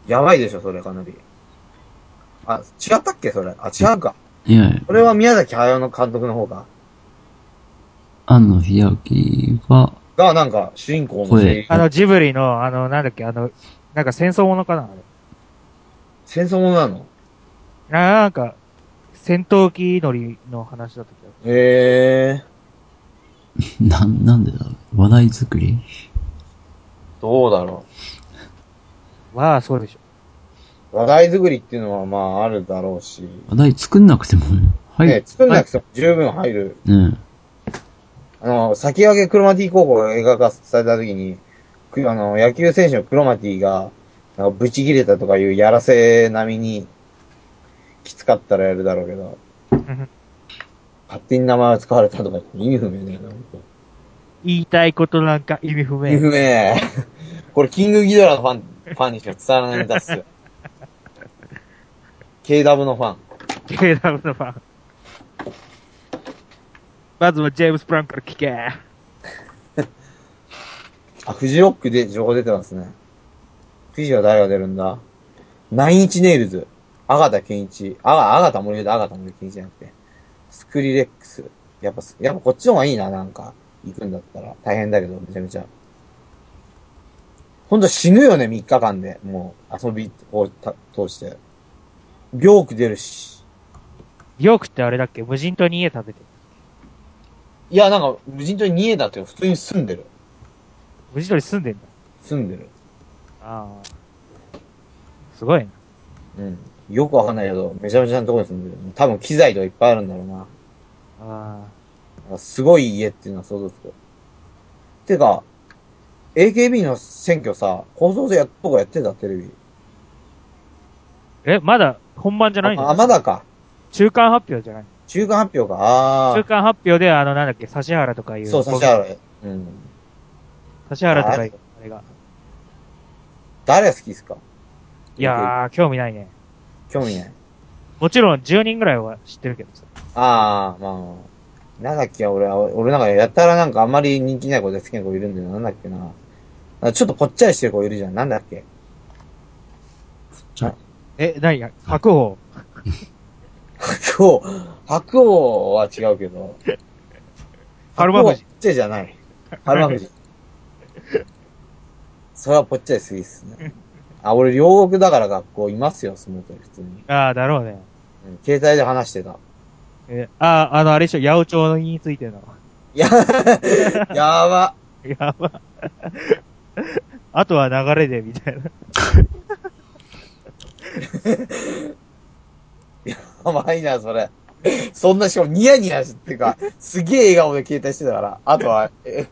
B: やばいでしょ、それかなり。あ、違ったっけ、それ。あ、違うか。
C: あ。いやいや、
B: これは宮崎駿の監督の方か。
C: 安野秀明が、
B: が、なんか、主人公の声優
D: あ。あの、ジブリの、あの、なんだっけ、あの、なんか戦争ものかなあれ。
B: 戦争ものなの
D: ななんか、戦闘機乗りの話だったけど。
B: ええー、
C: なん、なんでだろう。話題作り
B: どうだろ
D: まあ、そうでしょ。
B: う。話題作りっていうのは、まあ、あるだろうし。
C: 話題作んなくても、はい。
B: ね、作んなくても十分入る。
C: ね
B: あの、先駆けクロマティ高校が映画化された時に、くあの、野球選手のクロマティが、なんかブチ切れたとかいうやらせ並みに、きつかったらやるだろうけど、勝手に名前を使われたとか意味不明だよな。
D: 言いたいことなんか意味不
B: 意味
D: 明。
B: 不明。これキングギドラのファン、ファンにしか伝わらないんだっす <laughs> よ。KW のファン。
D: KW のファン。まずはジェームス・ブラウンから聞け。
B: あ、フジロックで情報出てますね。フジは誰が出るんだナインイチネイルズ。アガタケンイチ。アガ、アガタ森だ、アガタ森ケンイチじゃなくて。スクリレックス。やっぱ、やっぱこっちの方がいいな、なんか。行くんだったら。大変だけど、めちゃめちゃ。ほんと死ぬよね、3日間で。もう、遊びをた通して。ビョーク出るし。
D: ヨークってあれだっけ無人島に家食べてる。
B: いや、なんか、無人島に逃げたっていうか普通に住んでる。
D: 無人島に住んでんだ。
B: 住んでる。
D: ああ。すごいな。
B: うん。よくわかんないけど、めちゃめちゃなとこに住んでる。多分機材とかいっぱいあるんだろうな。
D: あ
B: すごい家っていうのは想像つく。てか、AKB の選挙さ、放送でやっとこやってた、テレビ。
D: あ。え、まだ本番じゃないんだ
B: あ、まだか。
D: 中間発表じゃない
B: 中間発表か。あ
D: 中
B: あ。
D: 間発表で、あの、なんだっけ、指原とかいう。
B: そう、指原。うん。
D: 指原とかいう、あれが。
B: 誰が好きですか
D: いやー、興味ないね。
B: 興味ない。
D: もちろん10人ぐらいは知ってるけどさ。
B: ああ、まあまあ。なんだっけ、俺は、俺なんかやたらなんかあんまり人気ない子で好きな子いるんだよ。なんだっけな。あちょっとぽっちゃりしてる子いるじゃん。なんだっけ。
D: え、何が白鵬。
B: 白鵬、白鵬は違うけど。
D: 春
B: 白
D: 馬富士
B: 鵬はちっちゃいじゃない。春馬富士。それはぽっちゃりすぎっすね。あ、俺、両国だから学校いますよ、相撲取り、普通に。
D: ああ、だろうね。
B: うん、携帯で話してた。
D: えーああ、あの、あれでしょ、八百長についての。 <laughs>
B: いや、やば。
D: やば。あとは流れで、みたいな。
B: やばいな、それ。そんな、しかもニヤニヤしてか、すげえ笑顔で携帯してたから、あとは、 <laughs> え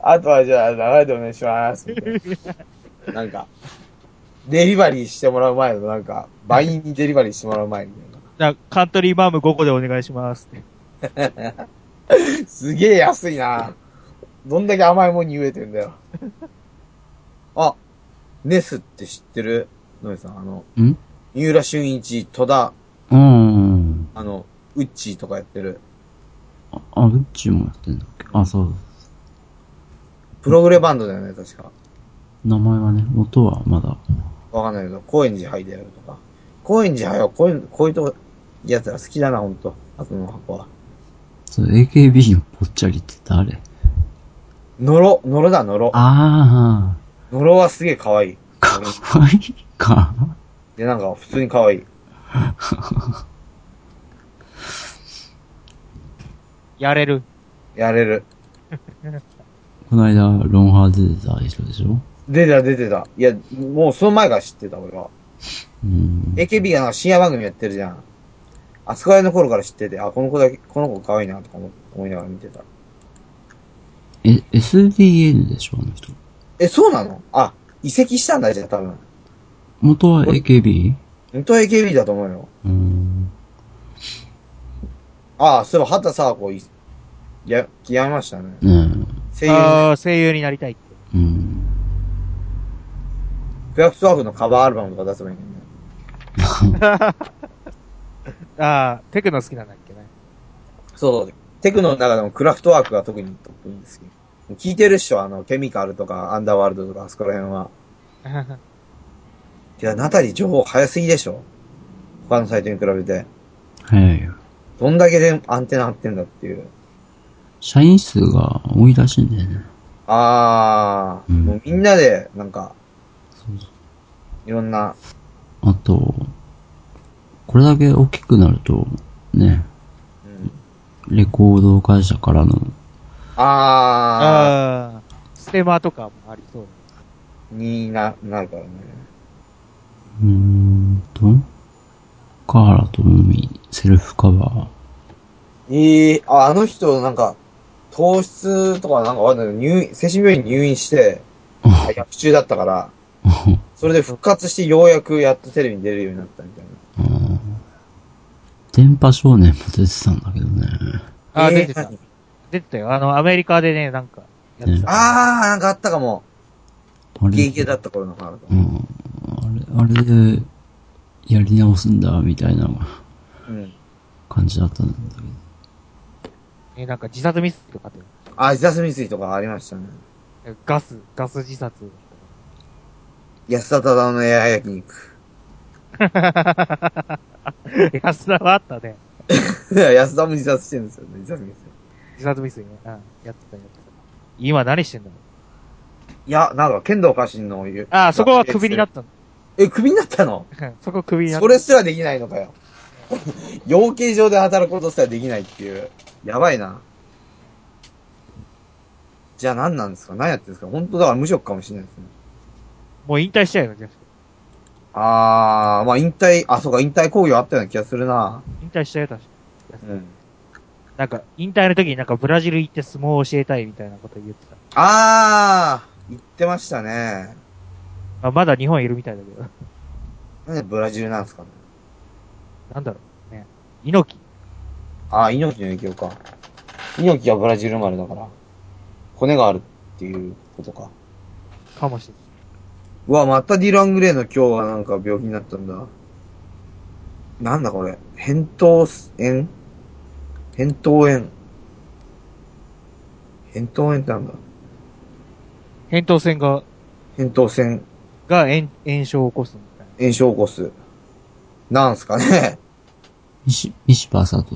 B: あとはじゃあ、流れでお願いします。みたいななんか、デリバリーしてもらう前の、なんか、倍にデリバリーしてもらう前みたいな。
D: じゃあ、カントリーマーム5個でお願いしますって。
B: すげえ安いな。どんだけ甘いもんに飢えてんだよ。あ、ネスって知ってるのりさん、あの、
C: ん
B: 三浦俊一、戸田、
C: うん。
B: あの、ウッチーとかやってる、
C: ああ、うっちーもやってんだっけあ、そう。
B: プログレバンドだよね、確か。
C: 名前はね、音はまだ。
B: わかんないけど、高円寺杯でやるとか。高円寺杯はこういう、こういうとこ、やつら好きだな、ほんと。あとの箱は。
C: そう、AKB のぽっちゃりって誰
B: のろ、のろだ、のろ。
C: あ
B: のろはすげえ可愛い。
C: あ、かわいいか。
B: で、なんか、普通に可愛い。
D: やれる。
B: やれる。
C: この間、ロンハー出てた人でしょ
B: 出てた、出てた。いや、もうその前から知ってた、俺は。
C: うん。
B: AKB がなんか深夜番組やってるじゃん。あそこら辺の頃から知ってて、あ、この子だけ、この子可愛いな、とか思思いながら見てた。
C: え、SDN でしょあの人。
B: え、そうなのあ、移籍したんだ、じゃあ、多分。
C: 元は AKB?
B: 本当は AKB だと思うよ。
C: うん。
B: ああ、そういえば、畑沙子、いや、極めましたね。
C: ね
B: 声優ね
D: ああ、声優になりたいって。
C: え。うん。
B: クラフトワークのカバーアルバムとか出せばいいんだよね。
D: ああ、テクノ好きなんだっけね。
B: そうそう。テクノの中でもクラフトワークが特にトップいいんですけど。聞いてるっしょ、あの、ケミカルとか、アンダーワールドとか、あそこら辺 <laughs> は。いや、ナタリー情報早すぎでしょ。他のサイトに比べて。
C: 早いよ。
B: どんだけでアンテナ張ってんだっていう。
C: 社員数が多いらしいんだよね。
B: あー、
C: うん
B: もうみんなで、なんか、
C: そうそう。
B: いろんな、
C: あと、これだけ大きくなると、ね、
B: うん、
C: レコード会社からの、
B: あ
D: ああ、ステマとかもありそうだね。
B: ーにな、なるからね。
C: うーんと、河原智美、セルフカバー、
B: ええあ、あの人、なんか、糖質とかなんかわかんないけど、入院、精神病院に入院して、
C: <laughs>
B: 薬中だったから、それで復活してようやくやっとテレビに出るようになったみたいな。
C: うん電波少年も出てたんだけどね。
D: ああ、
B: えー
D: 出てた
B: 何。
D: 出てたよ。あの、アメリカでね、なんか、やってた。
B: あー、なんかあったかも。
C: あ
B: ゲイ
C: れ、
B: 系だった頃のカード
C: う。ん。あれ、あれで、やり直すんだ、みたいな
B: うん。
C: 感じだったんだけど。
D: えーなんか自殺ミスとかって。
B: あ、自殺未遂とかありましたね。
D: ガス、ガス自殺。
B: 安田忠夫のエア焼肉。
D: <laughs>
B: <laughs>
D: 安田はあったね。
B: 安田も自殺してるんですよね、自殺未遂。
D: 自殺未遂ね。うん。やってた、やってた。今何してんだろう。
B: いや、なんか、剣道家臣の言う
D: ああ、そこはクビになったん
B: え、クビになったの
D: だ。 <laughs> そこクビになっ
B: それすらできないのかよ。 <laughs> 養鶏場で働くことすらできないっていう。やばいな。じゃあ何なんですか何やってるんですか本当だから無職かもしれないですね。
D: た。もう引退しちゃうよ、じゃあ
B: あー、まあ引退、あ、そうか、引退工業あったような気がするな。
D: 引退しちゃうよ、確か
B: うん。
D: なんか、引退の時になんかブラジル行って相撲を教えたいみたいなこと言ってた。
B: あー、言ってましたね。
D: まあ、まだ日本いるみたいだけど。 <laughs>
B: なんでブラジルなんですかね。
D: なんだろう。ね。猪木。
B: あー、猪木の影響か。猪木がブラジル生まれだから、骨があるっていうことか。
D: かもしれな
B: うわ、またディラングレイの今日はなんか病気になったんだ。なんだこれ。扁桃炎扁桃炎。扁桃炎ってなんだ
D: い。扁桃腺が、
B: 扁桃腺
D: が炎炎症を起こすみたいな。
B: 炎症を起こす。なんすかね
C: 石、石場聡、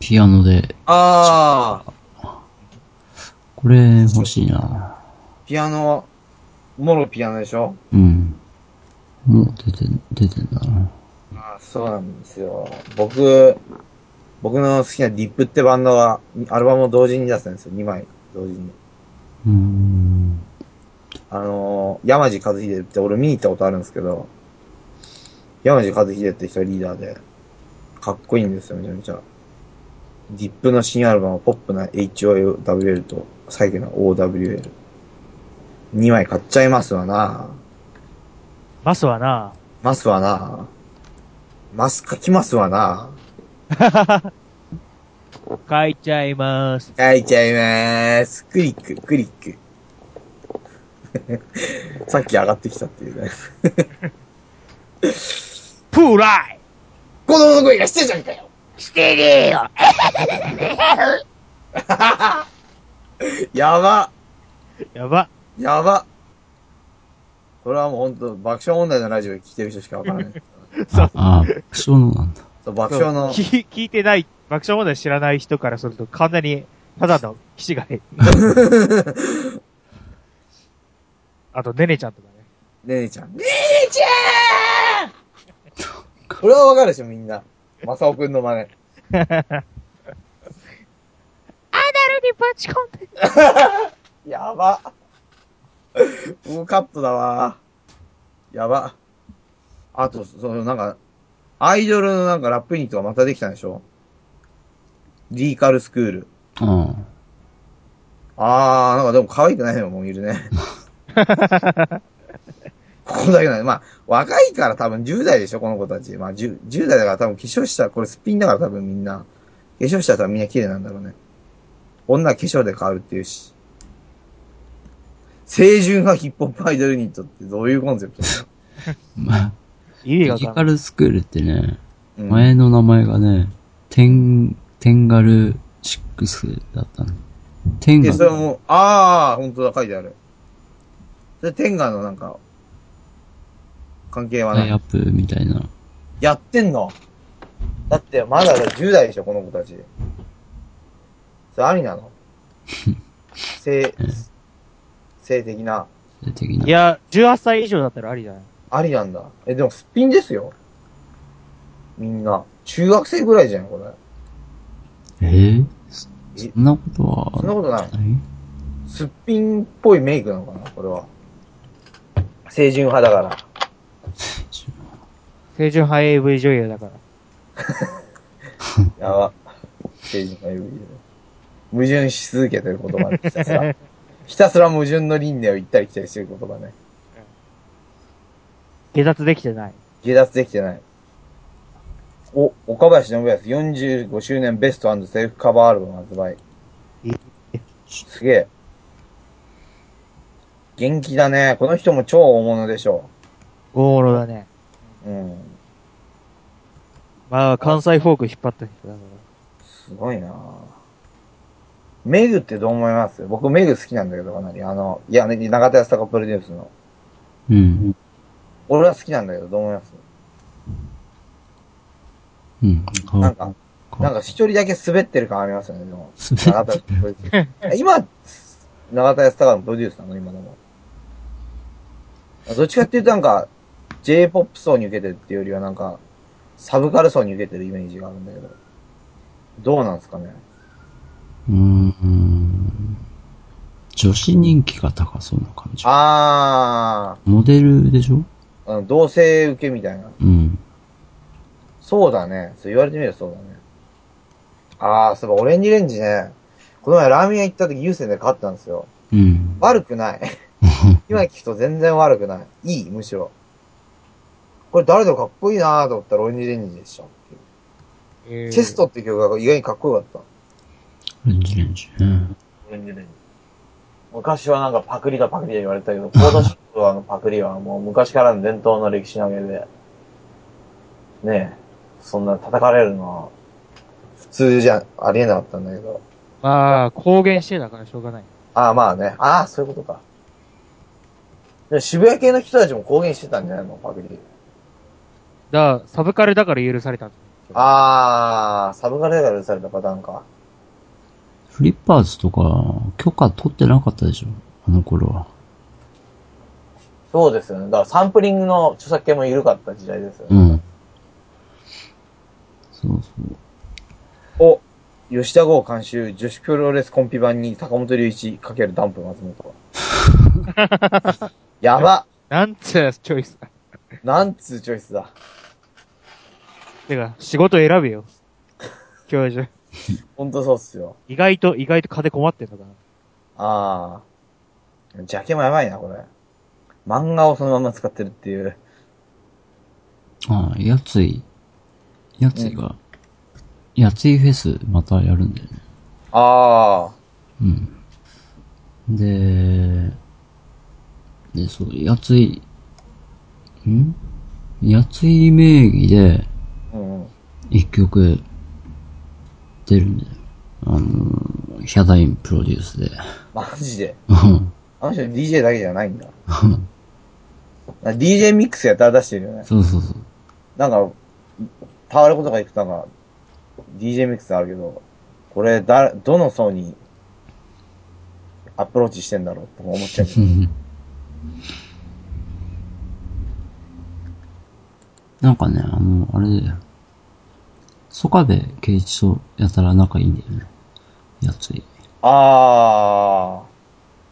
C: ピアノで、
B: あー、
C: これ欲しいな。
B: ピアノ、モロピアノでしょ
C: うん。もう出てん、出てんだな。
B: あそうなんですよ。僕、僕の好きなディップってバンドが、アルバムを同時に出したんですよ。2枚、同時に。
C: うーん。
B: あのー、山地和秀って俺見に行ったことあるんですけど、山地和秀って人がリーダーで、かっこいいんですよ、めちゃめちゃ。ディップの新アルバムはポップな HOWL とサイケな OWL。2枚買っちゃいますわな
D: マスはな、
B: ますわなます書きますわな
D: 書いちゃいます。
B: 書いちゃいまーす。クリック、クリック。 <laughs> さっき上がってきたっていうね。
D: プーライ
B: 子供の声がしてじゃんかよ
D: してねえよ
B: やば
D: やば。
B: やばこれはもうほんと、爆笑問題のラジオ聞いてる人しかわからない。
D: そう。
B: <laughs>
C: ああ、爆笑のなんだ。
B: そう爆笑の、
D: 聞聞いてない、爆笑問題知らない人からすると完全に、ただの騎士がい。あと、ねねちゃんとかね。
B: ねねちゃん。ねねちゃーんこれはわかるでしょ、みんな。まさおくんの真似。
D: アナルにぶち込んで
B: <laughs> やば。もうカットだわ。やば。あと、その、なんか、アイドルのなんかラップユニットがまたできたんでしょリーカルスクール。
C: あ
B: <laughs> あー、なんかでも可愛くないのもういるね。ここだけだね。まあ、若いから多分10代でしょ、この子たち。まあ10、10代だから多分化粧したら、これすっぴんだから多分みんな、化粧したら多分みんな綺麗なんだろうね。女は化粧で変わるっていうし。清純派ヒップホップアイドルユニットってどういうコンセプトなの
C: あ。まあ、フ
D: 意味
C: ィ
D: が
C: ジ
D: わ
C: カ
D: かんない。。
C: ルスクールってね、
B: うん
C: 前の名前がね、テン、テンガル6だったの。テン
B: え、
C: ガ
B: それは
C: ル。
B: もう、ああ、本当だ、書いてある。それ、天下のなんか、関係は
C: タ
B: な
C: イア
B: い。
C: ップみたいな。
B: やってんのだって、まだ10代でしょ、この子たち。それ、ありなの性、性的な、
C: 性的ない
D: や、18歳以上だったらありじゃない
B: ありなんだ。え、でも、すっぴんですよ。みんな。中学生ぐらいじゃん、これ。
C: えーそ
B: え
C: そんなことは。
B: そんなことない。
C: ない
B: すっぴんっぽいメイクなのかな、これは。清純派だから。
D: 清純派 AV 女優だから。
B: やば。政治が言う矛盾し続けてる言葉ねひたすら。ひたすら矛盾の輪廻を行ったり来たりしてる言葉ね。
D: 下脱できてない。
B: 下脱できてない。お、岡林信康45周年ベストセルフカバーアルバム発売
D: え。
B: すげえ。元気だね。この人も超大物でしょ
D: 大物だね。
B: う。うん。
D: まあ、関西フォーク引っ張った人だか
B: すごいなぁメグってどう思います僕メグ好きなんだけどかなり。あの、いや、ね、長田康隆プロデュースの。
C: うん。
B: 俺は好きなんだけど、どう思います
C: うん。
B: なんか、なん
C: か、
B: か一人だけ滑ってる感ありますよね、でも。
C: 滑
B: 長
C: っ
B: 田プロデュース。今、長田康隆のプロデュースなの、今でも。どっちかっていうとなんか、J-POP 層に受けてるっていうよりはなんか、サブカル層に受けてるイメージがあるんだけど。どうなんですかね。
C: うーん。女子人気が高そうな感じ。
B: あ
C: モデルでしょ
B: ー、うん、同性受けみたいな。
C: うん。
B: そうだね。そう言われてみればそうだね。あー、そういえばオレンジレンジね。この前ラーメン屋行った時優先で買ったんですよ。
C: うん。
B: 悪くない。今聞くと全然悪くない。いい、むしろ。これ誰でもかっこいいなぁと思ったらオレンジレンジでしたっていう。
D: ら。
B: チェストっていう曲が意外にかっこよかっ
C: オレンジレンジ。うん。
B: た。オレンジレンジ。昔はなんかパクリだパクリだ言われてたけど、コードシップはのパクリはもう昔からの伝統の歴史投げで、ねえ、そんな叩かれるのは普通じゃありえなかったんだけど。
D: まあ、公言してだからしょうがない。
B: ああ、まあね。ああ、そういうことか。で渋谷系の人たちも公言してたんじゃないのパクリ。
D: だサブカルだから許されたんだ。
B: あー、サブカルだから許されたパターンか。
C: フリッパーズとか、許可取ってなかったでしょあの頃は。
A: そうですよね。だからサンプリングの著作権も緩かった時代ですよ
C: う
A: ね。
C: ん。そうそ
B: お、
C: う。
B: 吉田豪監修、女子プロレスコンピ版に坂本龍一かけるダンプ松本。やば
D: なんつうチョイスだ。
B: なんつうチョイスだ。
D: てか、仕事選べよ。教授。
B: ほんとそうっすよ。
D: 意外と、意外と金困ってんのかな。
B: ああ。ジャケもやばいな、これ。漫画をそのまま使ってるっていう。
C: ああ、やつい。やついが、やついフェスまたやるんだよね。
B: ああ。
C: うん。で、で、そう、やつい、んやつい名義で
B: うんうん。
C: 一曲出るんだよ。あのー、ヒャダインプロデュースで。
B: マジで。
C: うん
B: あの人 DJ だけじゃないんだ。な DJ ミックスやったら出してるよね。
C: <laughs> そうそうそう。
B: なんか、タワレコとか行くとなんか、DJ ミックスあるけど、これ、だ、どの層にアプローチしてんだろうって思っちゃうけど。
C: なんかね、あの、あれだよ。ソカベケイチとやたら仲いいんだよね。やつい。
B: あ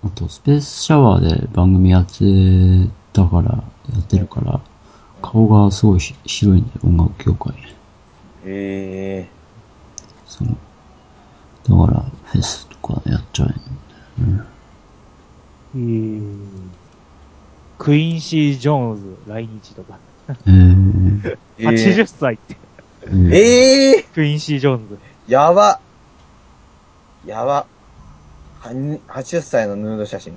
C: あと、スペースシャワーで番組やってたから、やってるから、顔がすごいひ広いんだよ、音楽業界。
B: ー。ええ
C: そう。だから、フェスとかやっちゃうんだよね。
D: クインシー・ジョーンズ来日とか。
C: えー、
B: ー。
D: 80歳って。
C: えー
B: ええ
D: クインシー・ジョーンズ。
B: ー、やば。やば。はに80歳のヌード写真。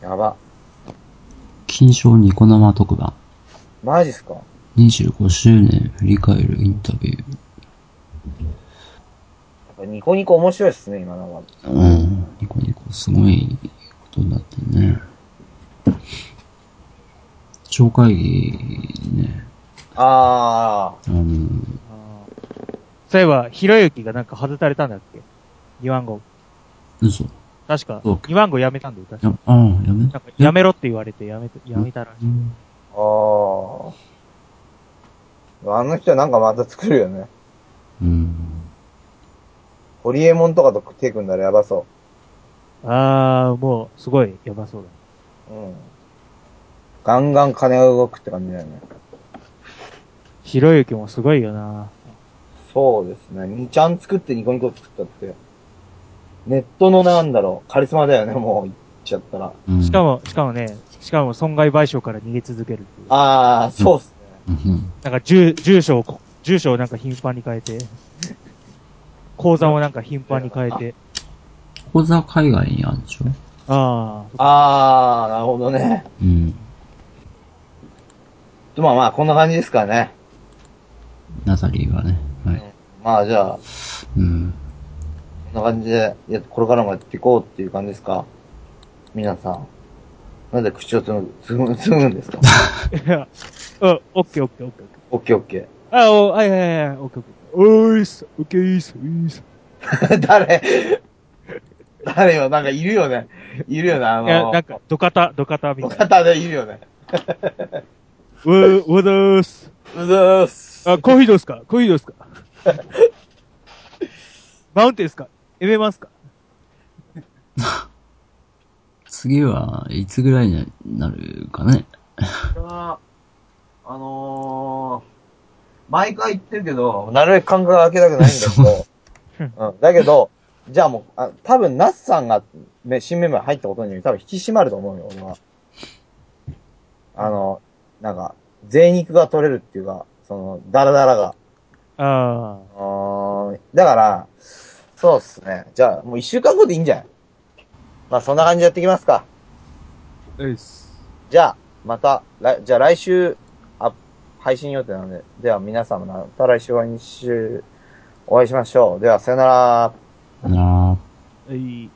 B: やば。
C: 金賞ニコ生特番。
B: マジっすか
C: 25周年振り返るインタビュー。
B: やっぱニコニコ面白いっすね、今なんか。
C: うん、ニコニコすごいことになってるね。超会議ね、
B: あ
C: あの、
D: あーそういえば、ひろゆきがなんか外されたんだっけ ?2 万号。
C: 嘘。
D: 確か、
C: そう
D: 2万号やめたんだよ、確か。
C: や、ああ、やめ
D: なんか、やめろって言われて、やめた、やめたらしい。
C: うん
B: あ、ああ。あの人なんかまた作るよね。
C: うん。
B: ホリエモンとかと手組んだらやばそ
D: あー、もう、すごい、やばそうだ。
B: う。うん。ガンガン金が動くって感じだよね。
D: ひろゆきもすごいよな
B: そうですね。2ちゃん作ってニコニコ作ったって。ネットのなんだろう、カリスマだよね、もう言っちゃったら。
C: うん
D: しかも、しかもね、しかも損害賠償から逃げ続けるっていう。
B: ああ、そうっすね。
C: うん
D: なんか住、住所をこ、住所をなんか頻繁に変えて、口座をなんか頻繁に変えて、
C: 講座海外にあるでしょ
D: ああ、
B: ああ、なるほどね。
C: うん。
B: まあまあ、こんな感じですかね。
C: ナタリーがね。はい。
B: まあじゃあ、
C: うん。
B: こんな感じで、いや、これからもやっていこうっていう感じですか皆さん。なんで口をつむ、つむ、つむん
D: <laughs>
B: ですか
D: いや、うん、オッケーオッケーオッケーオッケー。
B: オッケーオッケ
D: あ、お、はいはいはい、オッケーオッケー。おーいっす、オッケーいいっす、いいっす。
B: ー。 <laughs> 誰誰よ、なんかいるよね。いるよね、あ
D: いや、
B: の、
D: なんか、ドカタ、ドカタみ
B: お
D: たいな。
B: 方でいるよね。
D: うー、うだーす。
B: うずーす。
D: あ、コーヒーどうすかコーヒーどうす <laughs> かマウンテンですかエベますか
C: 次はいつぐらいになるかね
B: あのー、毎回言ってるけど、なるべく間隔が空けたくないんだけど、うん、だけど、じゃあもう、あ多分、ナスさんがめ新メンバーに入ったことにより多分引き締まると思うよ、俺は。あの、なんか、贅肉が取れるっていうか、その、ダラダラが。
D: あ
B: うーんだから、そうっすね。じゃあ、もう一週間後でいいんじゃないまあ、そんな感じでやっていきますか。
D: ー。うっす。
B: じゃあ、また、来じゃあ来週、あ、配信予定なので、では皆様、また来週は2週、お会いしましょう。では、さよなら。
C: さよなら。
D: はい。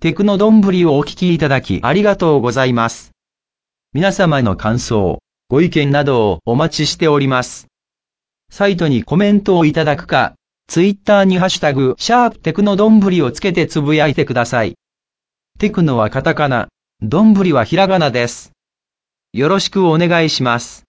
E: テクノどんぶりをお聞きいただきありがとうございます。皆様の感想、ご意見などをお待ちしております。サイトにコメントをいただくか、ツイッターにハッシュタグ、シャープテクノどんぶりをつけてつぶやいてください。テクノはカタカナ、どんぶりはひらがなです。よろしくお願いします。